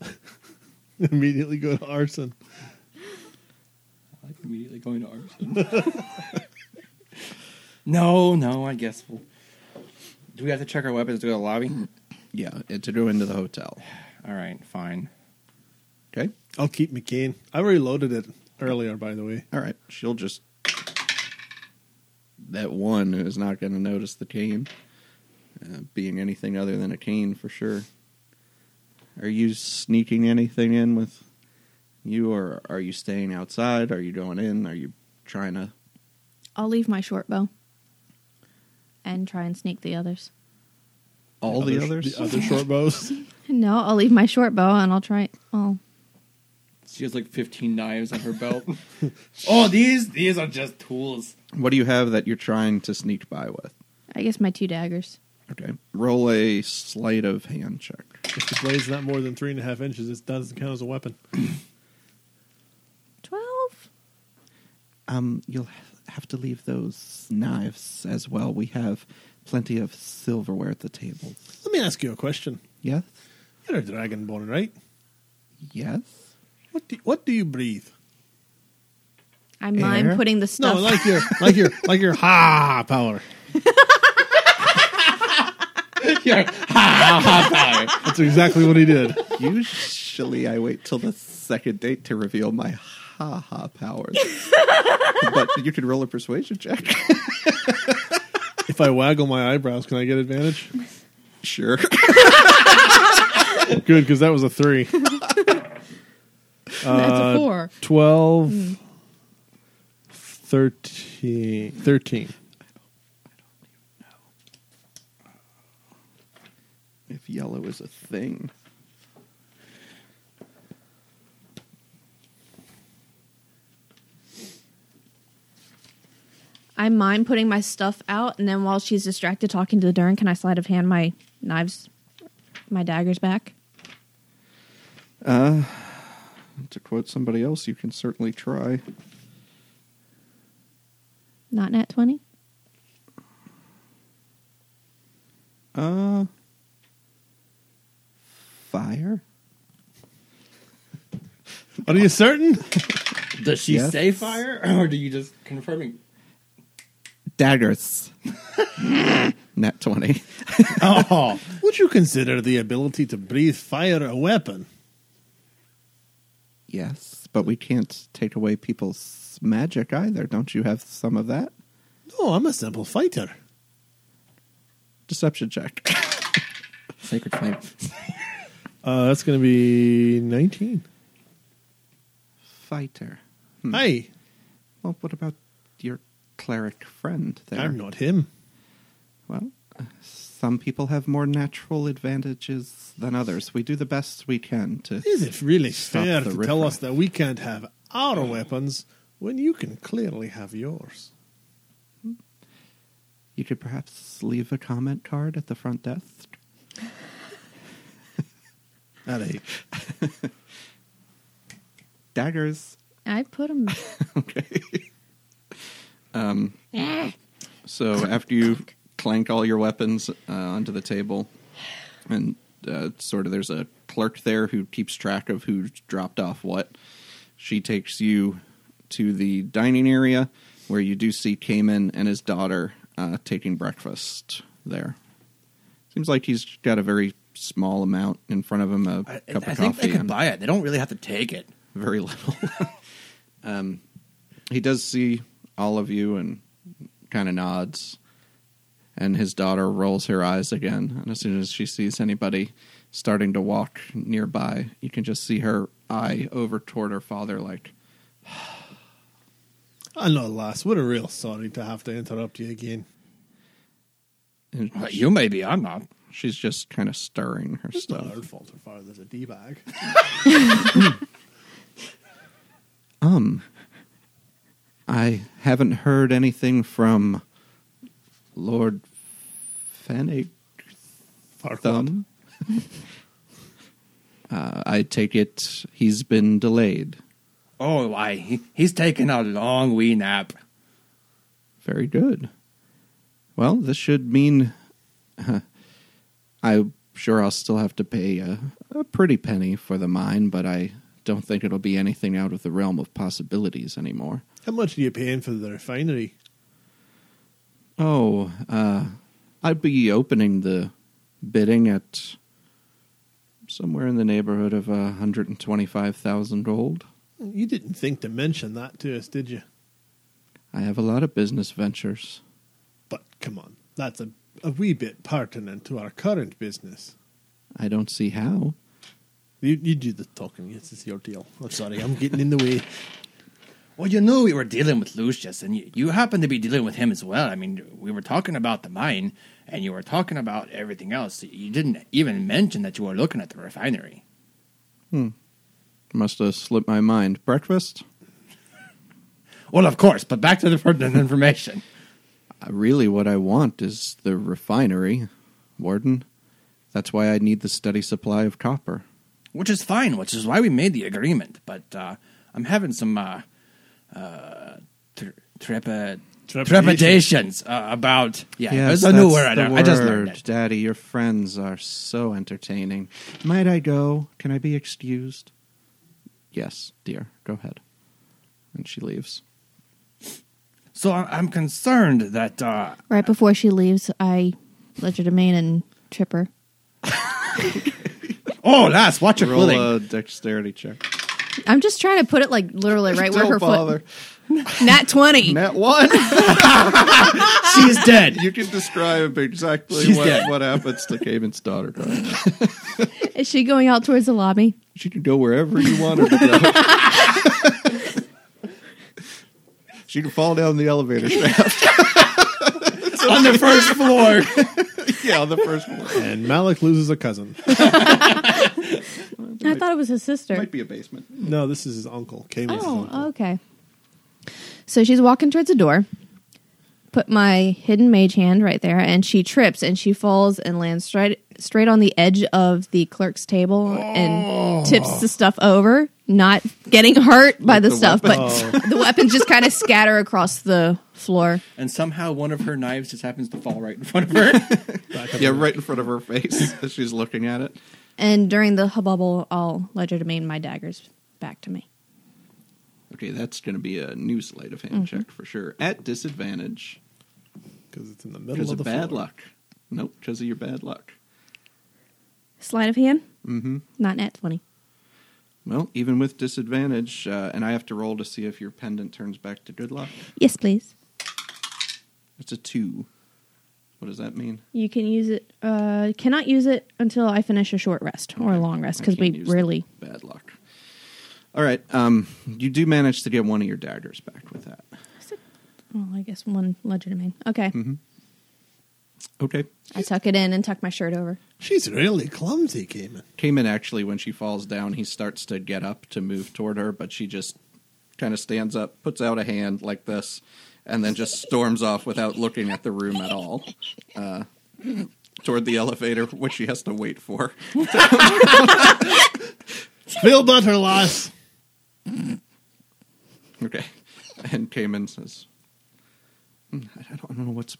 Speaker 4: to immediately go to arson?
Speaker 3: I like immediately going to arson. no, no, I guess we'll. Do we have to check our weapons to go to the lobby?
Speaker 2: yeah, it, to go into the hotel.
Speaker 3: All right, fine.
Speaker 2: Okay,
Speaker 4: I'll keep my cane. I reloaded it earlier, by the way.
Speaker 2: all right. She'll just that one who is not going to notice the cane uh, being anything other than a cane for sure. Are you sneaking anything in with you, or are you staying outside? Are you going in? Are you trying to?
Speaker 1: I'll leave my short bow and try and sneak the others.
Speaker 2: All the,
Speaker 4: Other-
Speaker 2: others.
Speaker 4: The other short bows.
Speaker 1: No, I'll leave my short bow and I'll try. I'll
Speaker 3: She has like 15 knives on her belt. oh, these these are just tools.
Speaker 2: What do you have that you're trying to sneak by with?
Speaker 1: I guess my two daggers.
Speaker 2: Okay, roll a sleight of hand check.
Speaker 4: if the blade's not more than three and a half inches, it doesn't count as a weapon.
Speaker 1: Twelve.
Speaker 2: Um, you'll have to leave those knives as well. We have plenty of silverware at the table.
Speaker 4: Let me ask you a question.
Speaker 2: Yes?
Speaker 4: You're a dragonborn, right?
Speaker 2: Yes?
Speaker 4: What do, what do you breathe?
Speaker 1: I mime
Speaker 2: Air?
Speaker 1: putting the stuff.
Speaker 4: No, like your like your like your ha power.
Speaker 3: Yeah. Ha, ha, ha, power.
Speaker 4: That's exactly what he did.
Speaker 2: Usually I wait till the second date to reveal my ha ha powers. but you can roll a persuasion check.
Speaker 4: If I waggle my eyebrows, can I get advantage?
Speaker 2: sure.
Speaker 4: Good, because that was a three.
Speaker 1: That's a four.
Speaker 4: 12, 13, 13.
Speaker 2: if yellow is a thing.
Speaker 1: I mime putting my stuff out, and then while she's distracted talking to the Dern, can I sleight of hand my knives, my daggers back?
Speaker 2: To quote somebody else, you can certainly try.
Speaker 1: Not nat twenty.
Speaker 2: Uh fire?
Speaker 4: Are you certain?
Speaker 3: Does she
Speaker 2: Yes.
Speaker 3: say fire, or do you just confirming?
Speaker 2: Daggers. Nat twenty.
Speaker 4: Oh. Would you consider the ability to breathe fire a weapon?
Speaker 2: Yes, but we can't take away people's magic either. Don't you have some of that?
Speaker 4: No, I'm a simple fighter.
Speaker 2: Deception check.
Speaker 3: Sacred flame.
Speaker 4: Uh, that's going to be 19.
Speaker 2: Fighter.
Speaker 4: Hey,
Speaker 2: Well, what about your cleric friend there?
Speaker 4: I'm not him.
Speaker 2: Well, uh, some people have more natural advantages than others. We do the best we can to.
Speaker 4: Is it really
Speaker 2: Stop
Speaker 4: fair
Speaker 2: the
Speaker 4: to tell us
Speaker 2: riffraff.
Speaker 4: that we can't have our weapons when you can clearly have yours?
Speaker 2: You could perhaps leave a comment card at the front desk.
Speaker 4: At eight.
Speaker 2: Daggers.
Speaker 1: I put them.
Speaker 2: okay. Um, so after you clank all your weapons uh, onto the table, and uh, sort of there's a clerk there who keeps track of who's dropped off what, she takes you to the dining area where you do see Cayman and his daughter uh, taking breakfast there. Seems like he's got a very small amount in front of him, a
Speaker 3: I,
Speaker 2: cup of coffee.
Speaker 3: I think they could
Speaker 2: and-
Speaker 3: buy it. They don't really have to take it.
Speaker 2: very little. um, he does see all of you and kind of nods. And his daughter rolls her eyes again. And as soon as she sees anybody starting to walk nearby, you can just see her eye over toward her father, like,
Speaker 4: I know, lass. We're real sorry to have to interrupt you again.
Speaker 2: and
Speaker 3: Well, you maybe. I'm not.
Speaker 2: she's just kind of stirring her
Speaker 4: It's not
Speaker 2: stuff.
Speaker 4: our fault if father's a d bag.
Speaker 2: I haven't heard anything from Lord Fennig thumb. uh, I take it he's been delayed.
Speaker 3: Oh, why? He, he's taking a long wee nap.
Speaker 2: Very good. Well, this should mean I'm sure I'll still have to pay a, a pretty penny for the mine, but I don't think it'll be anything out of the realm of possibilities anymore.
Speaker 4: How much are you paying for the refinery?
Speaker 2: Oh, uh, I'd be opening the bidding at somewhere in the neighborhood of uh, 125,000 gold.
Speaker 4: You didn't think to mention that to us, did you?
Speaker 2: I have a lot of business ventures.
Speaker 4: But come on, that's a, a wee bit pertinent to our current business.
Speaker 2: I don't see how.
Speaker 4: You, you do the talking. This is your deal. I'm sorry, I'm getting in the way.
Speaker 3: Well, you know, we were dealing with Lucius, and you, you happen to be dealing with him as well. I mean, we were talking about the mine, and you were talking about everything else. You didn't even mention that you were looking at the refinery.
Speaker 2: Must have slipped my mind. Breakfast?
Speaker 3: Well, of course, but back to the pertinent information.
Speaker 2: Uh, Really, what I want is the refinery, Warden. That's why I need the steady supply of copper.
Speaker 3: which is fine, which is why we made the agreement. But uh, I'm having some uh, uh, tr- trepa-
Speaker 4: Trepidations.
Speaker 3: trepidations uh, about yeah. there's a new word. I, don't- I just learned it.
Speaker 2: Daddy, your friends are so entertaining. Might I go? Can I be excused? Yes, dear. Go ahead. And she leaves.
Speaker 3: So I- I'm concerned that uh,
Speaker 1: Right before she leaves, I legitimate and trip her.
Speaker 3: oh, lass, watch your
Speaker 2: Roll
Speaker 3: clothing.
Speaker 2: a dexterity check.
Speaker 1: I'm just trying to put it like literally right where
Speaker 2: Don't
Speaker 1: her
Speaker 2: bother.
Speaker 1: foot. Nat twenty.
Speaker 2: Net one.
Speaker 3: She's dead.
Speaker 2: you can describe exactly
Speaker 3: She's
Speaker 2: what,
Speaker 3: dead.
Speaker 2: what happens to Caven's daughter. Right?
Speaker 1: Is she going out towards the lobby?
Speaker 2: She can go wherever you want her to go. she can fall down the elevator shaft.
Speaker 3: on the first floor.
Speaker 2: yeah, on the first floor.
Speaker 4: And Malik loses a cousin.
Speaker 1: I thought it was his sister.
Speaker 2: Might be a basement.
Speaker 4: No, this is his uncle. Kami's his uncle.
Speaker 1: Oh, okay. So she's walking towards the door. Put my hidden mage hand right there, and she trips and she falls and lands straight straight on the edge of the clerk's table and tips the stuff over, not getting hurt by the,
Speaker 2: the
Speaker 1: stuff, but the weapons just kind of scatter across the floor.
Speaker 3: And somehow one of her knives just happens to fall right in front of her.
Speaker 2: Yeah, right in front of her face as she's looking at it.
Speaker 1: And during the hubbubble, I'll legitimate my daggers back to me.
Speaker 2: Okay, that's going to be a new sleight of hand check for sure. At disadvantage
Speaker 4: Because it's in the middle
Speaker 2: because
Speaker 4: of
Speaker 2: of
Speaker 4: the
Speaker 2: bad
Speaker 4: floor.
Speaker 2: luck. Nope, because of your bad luck.
Speaker 1: Sleight of hand? Mm-hmm. Not net 20.
Speaker 2: Well, even with disadvantage, uh, and I have to roll to see if your pendant turns back to good luck.
Speaker 1: Yes, please.
Speaker 2: It's a two. What does that mean?
Speaker 1: You can use it. Uh, cannot use it until I finish a short rest or a long rest
Speaker 2: I
Speaker 1: because
Speaker 2: can't
Speaker 1: we
Speaker 2: use
Speaker 1: really.
Speaker 2: the bad luck. All right, um, you do manage to get one of your daggers back with that.
Speaker 1: Well, I guess one legitimate. Okay,
Speaker 2: Mm-hmm. Okay,
Speaker 1: I tuck it in and tuck my shirt over.
Speaker 4: She's really clumsy, Kamin.
Speaker 2: Came in actually when she falls down, he starts to get up to move toward her, but she just kind of stands up, puts out a hand like this, and then just storms off without looking at the room at all. Uh, toward the elevator, which she has to wait for.
Speaker 4: Bill Butterloss.
Speaker 2: Okay. And Cayman says, "Hmm, I don't, I don't know what's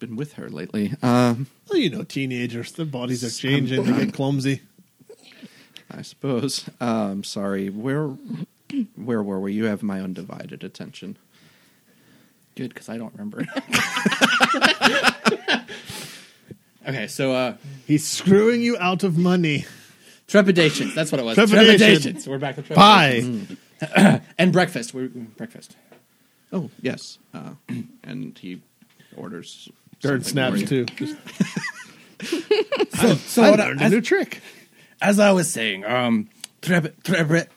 Speaker 2: been with her lately. Um,
Speaker 4: Well, you know, teenagers, their bodies are changing. They get clumsy.
Speaker 2: I suppose. Um, sorry. Where, where were we? You have my undivided attention.
Speaker 3: Good, because I don't remember. okay, so uh,
Speaker 4: He's screwing you out of money.
Speaker 3: trepidations. That's what it was.
Speaker 4: Trepidation.
Speaker 3: Trepidations. We're back to trepidations.
Speaker 4: Pie.
Speaker 3: And breakfast. We're, breakfast.
Speaker 2: Oh yes, uh, and he orders
Speaker 4: Dirt
Speaker 2: something
Speaker 4: snaps,
Speaker 2: for you.
Speaker 4: too.
Speaker 3: So, so
Speaker 4: I
Speaker 3: what I-
Speaker 4: learned a
Speaker 3: as,
Speaker 4: new trick.
Speaker 3: as I was saying, um, trep, trep,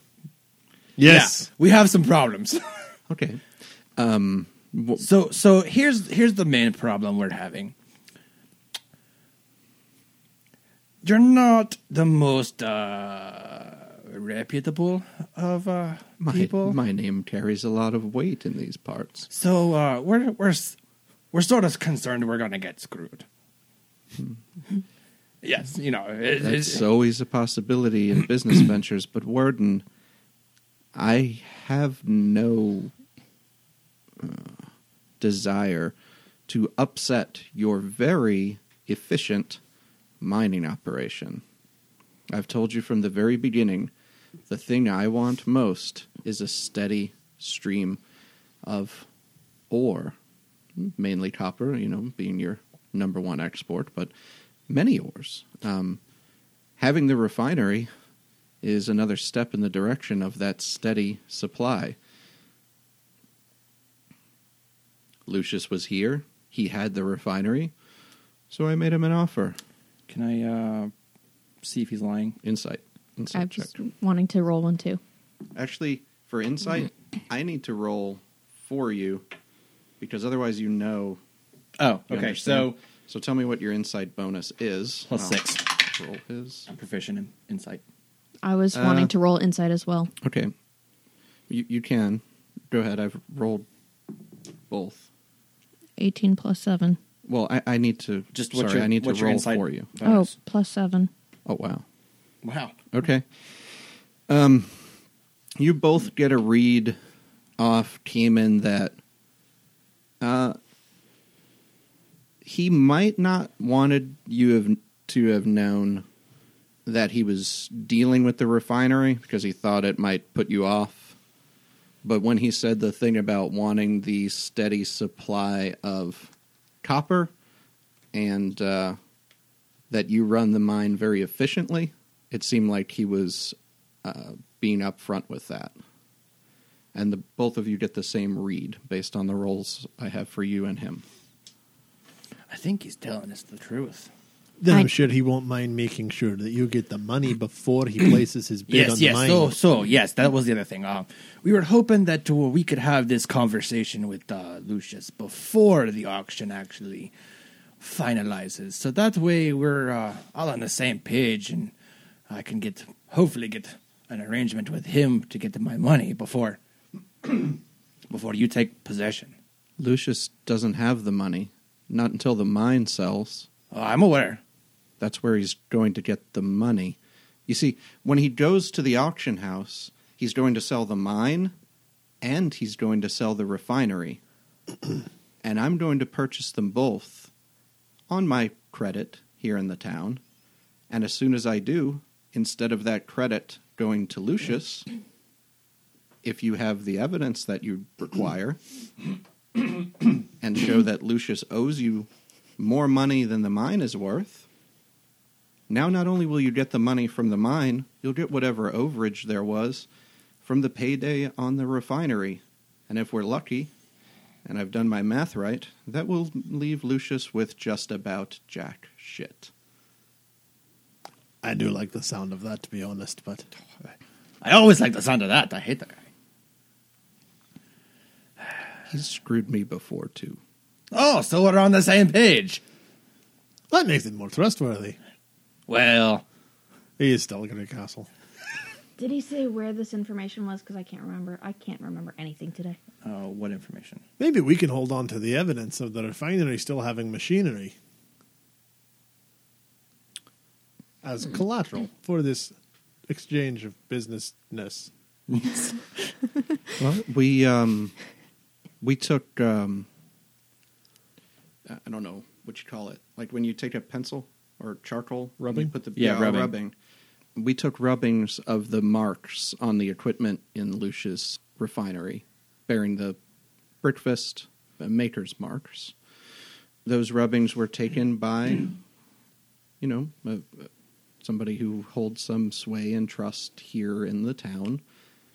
Speaker 4: Yes.
Speaker 3: yeah, we have some problems.
Speaker 2: Okay,
Speaker 3: so so here's here's the main problem we're having. You're not the most uh, reputable of uh,
Speaker 2: my
Speaker 3: people.
Speaker 2: my name carries a lot of weight in these parts.
Speaker 3: So uh, we're we're s- we're sort of concerned we're gonna get screwed. yes, you know it,
Speaker 2: Hmm. That's
Speaker 3: it's-
Speaker 2: always a possibility in business ventures. But Warden, I have no uh, desire to upset your very efficient mining operation. I've told you from the very beginning, the thing I want most is a steady stream of ore, mainly copper, you know, being your number one export, but many ores. Um, having the refinery is another step in the direction of that steady supply. Lucius was here. He had the refinery. So I made him an offer.
Speaker 3: Can I uh, see if he's lying?
Speaker 2: Insight. Insight
Speaker 1: I'm
Speaker 2: check.
Speaker 1: just wanting to roll one too.
Speaker 2: Actually, for insight, I need to roll for you because otherwise you know.
Speaker 3: Oh,
Speaker 2: you
Speaker 3: okay.
Speaker 2: understand.
Speaker 3: So
Speaker 2: so tell me what your insight bonus is.
Speaker 3: Plus
Speaker 2: I'll
Speaker 3: six.
Speaker 2: Roll his.
Speaker 3: proficient in insight.
Speaker 1: I was
Speaker 2: Uh,
Speaker 1: wanting to roll inside as well.
Speaker 2: Okay. You you can go ahead. I've rolled both.
Speaker 1: Eighteen plus seven.
Speaker 2: Well, I, I need to
Speaker 3: Just
Speaker 2: sorry.
Speaker 3: what's your,
Speaker 2: I need to
Speaker 3: what's your
Speaker 2: roll
Speaker 3: insight
Speaker 2: for you.
Speaker 3: bonus?
Speaker 1: Oh, plus seven.
Speaker 2: Oh wow.
Speaker 3: wow!
Speaker 2: Okay. Um, you both get a read off Kamen that uh, he might not wanted you have, to have known that he was dealing with the refinery because he thought it might put you off. But when he said the thing about wanting the steady supply of copper and uh, that you run the mine very efficiently, it seemed like he was uh, being upfront with that. And the, both of you get the same read based on the roles I have for you and him.
Speaker 3: I think he's telling us the truth.
Speaker 4: Then I,
Speaker 1: I-
Speaker 4: am sure he won't mind making sure that you get the money before he places his bid on
Speaker 3: yes,
Speaker 4: the
Speaker 3: yes.
Speaker 4: mine.
Speaker 3: So, so yes, that was the other thing. Um, we were hoping that uh, we could have this conversation with uh, Lucius before the auction actually finalizes, so that way we're uh, all on the same page, and I can get hopefully get an arrangement with him to get my money before before you take possession.
Speaker 2: Lucius doesn't have the money, not until the mine sells.
Speaker 3: Uh, I'm aware.
Speaker 2: That's where he's going to get the money. You see, when he goes to the auction house, he's going to sell the mine and he's going to sell the refinery. and I'm going to purchase them both on my credit here in the town. And as soon as I do, instead of that credit going to Lucius, if you have the evidence that you require and show that Lucius owes you more money than the mine is worth, now, not only will you get the money from the mine, you'll get whatever overage there was from the payday on the refinery. And if we're lucky, and I've done my math right, that will leave Lucius with just about jack shit.
Speaker 4: I do like the sound of that, to be honest. But
Speaker 3: I always like the sound of that. I hate that guy.
Speaker 2: He's screwed me before, too.
Speaker 3: Oh, so we're on the same page.
Speaker 4: that makes it more trustworthy.
Speaker 3: Well,
Speaker 4: He is still going to castle.
Speaker 1: Did he say where this information was? Because I can't remember. I can't remember anything today.
Speaker 3: uh, what information?
Speaker 4: Maybe we can hold on to the evidence of the refinery still having machinery as collateral for this exchange of businessness.
Speaker 2: Well, we um, we took um, I don't know what you call it, like when you take a pencil or charcoal rubbing, put the
Speaker 3: Mm-hmm. Yeah, rubbing.
Speaker 2: We took rubbings of the marks on the equipment in Lucia's refinery, bearing the brickfest uh, maker's marks. Those rubbings were taken by, you know, a, a- somebody who holds some sway and trust here in the town.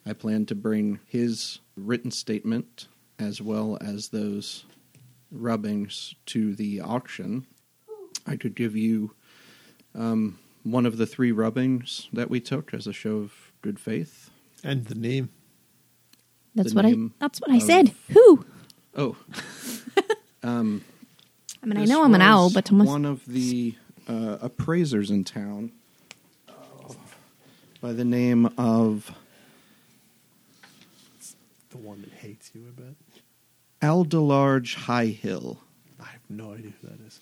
Speaker 2: I plan to bring his written statement as well as those rubbings to the auction. I could give you um, one of the three rubbings that we took as a show of good faith.
Speaker 4: And the name.
Speaker 1: That's
Speaker 2: The
Speaker 1: what I.
Speaker 2: name
Speaker 1: That's what I
Speaker 2: of-
Speaker 1: said. Who?
Speaker 2: Oh,
Speaker 1: I mean, I
Speaker 2: this
Speaker 1: know I'm an owl,
Speaker 2: was
Speaker 1: but Thomas.
Speaker 2: one of the uh, appraisers in town uh, by the name of
Speaker 4: The one that hates you, I bet.
Speaker 2: Aldelarge High Hill.
Speaker 4: I have no idea who that is.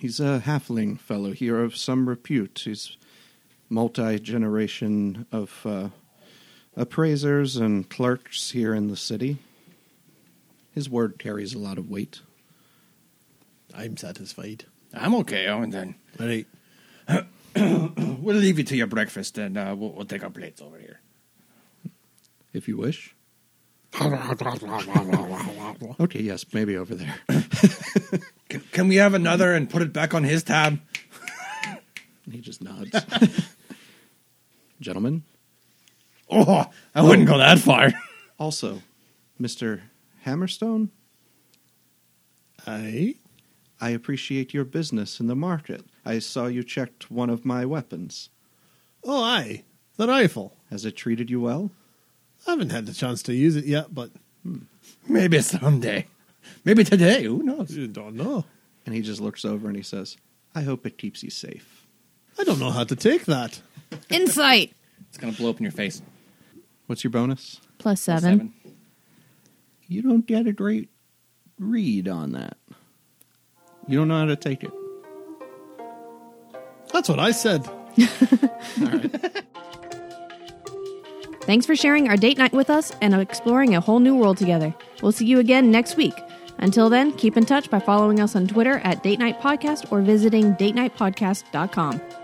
Speaker 2: He's a halfling fellow here of some repute. He's multi generation of uh, appraisers and clerks here in the city. His word carries a lot of weight.
Speaker 4: I'm satisfied.
Speaker 3: I'm okay, Owen. Then
Speaker 4: All right.
Speaker 3: we'll leave you to your breakfast, and uh, we'll, we'll take our plates over here.
Speaker 2: If you wish. okay, yes, maybe over there.
Speaker 3: C- can we have another and put it back on his tab?
Speaker 2: He just nods. Gentlemen,
Speaker 3: Oh, I wouldn't go that far.
Speaker 2: also, Mr. Hammerstone,
Speaker 4: I.
Speaker 2: I appreciate your business in the market. I saw you checked one of my weapons.
Speaker 4: Oh, I. The rifle.
Speaker 2: Has it treated you well?
Speaker 4: I haven't had the chance to use it yet, but
Speaker 3: Maybe someday. Maybe today. Who knows?
Speaker 4: you don't know.
Speaker 2: And he just looks over and he says, I hope it keeps you safe.
Speaker 4: I don't know how to take that.
Speaker 1: Insight
Speaker 3: It's gonna blow up in your face.
Speaker 2: What's your bonus?
Speaker 1: plus seven.
Speaker 2: You don't get a great read on that. You don't know how to take it.
Speaker 4: That's what I said.
Speaker 1: Thanks for sharing our date night with us and exploring a whole new world together. We'll see you again next week. Until then, keep in touch by following us on Twitter at Date Night Podcast or visiting datenightpodcast.com.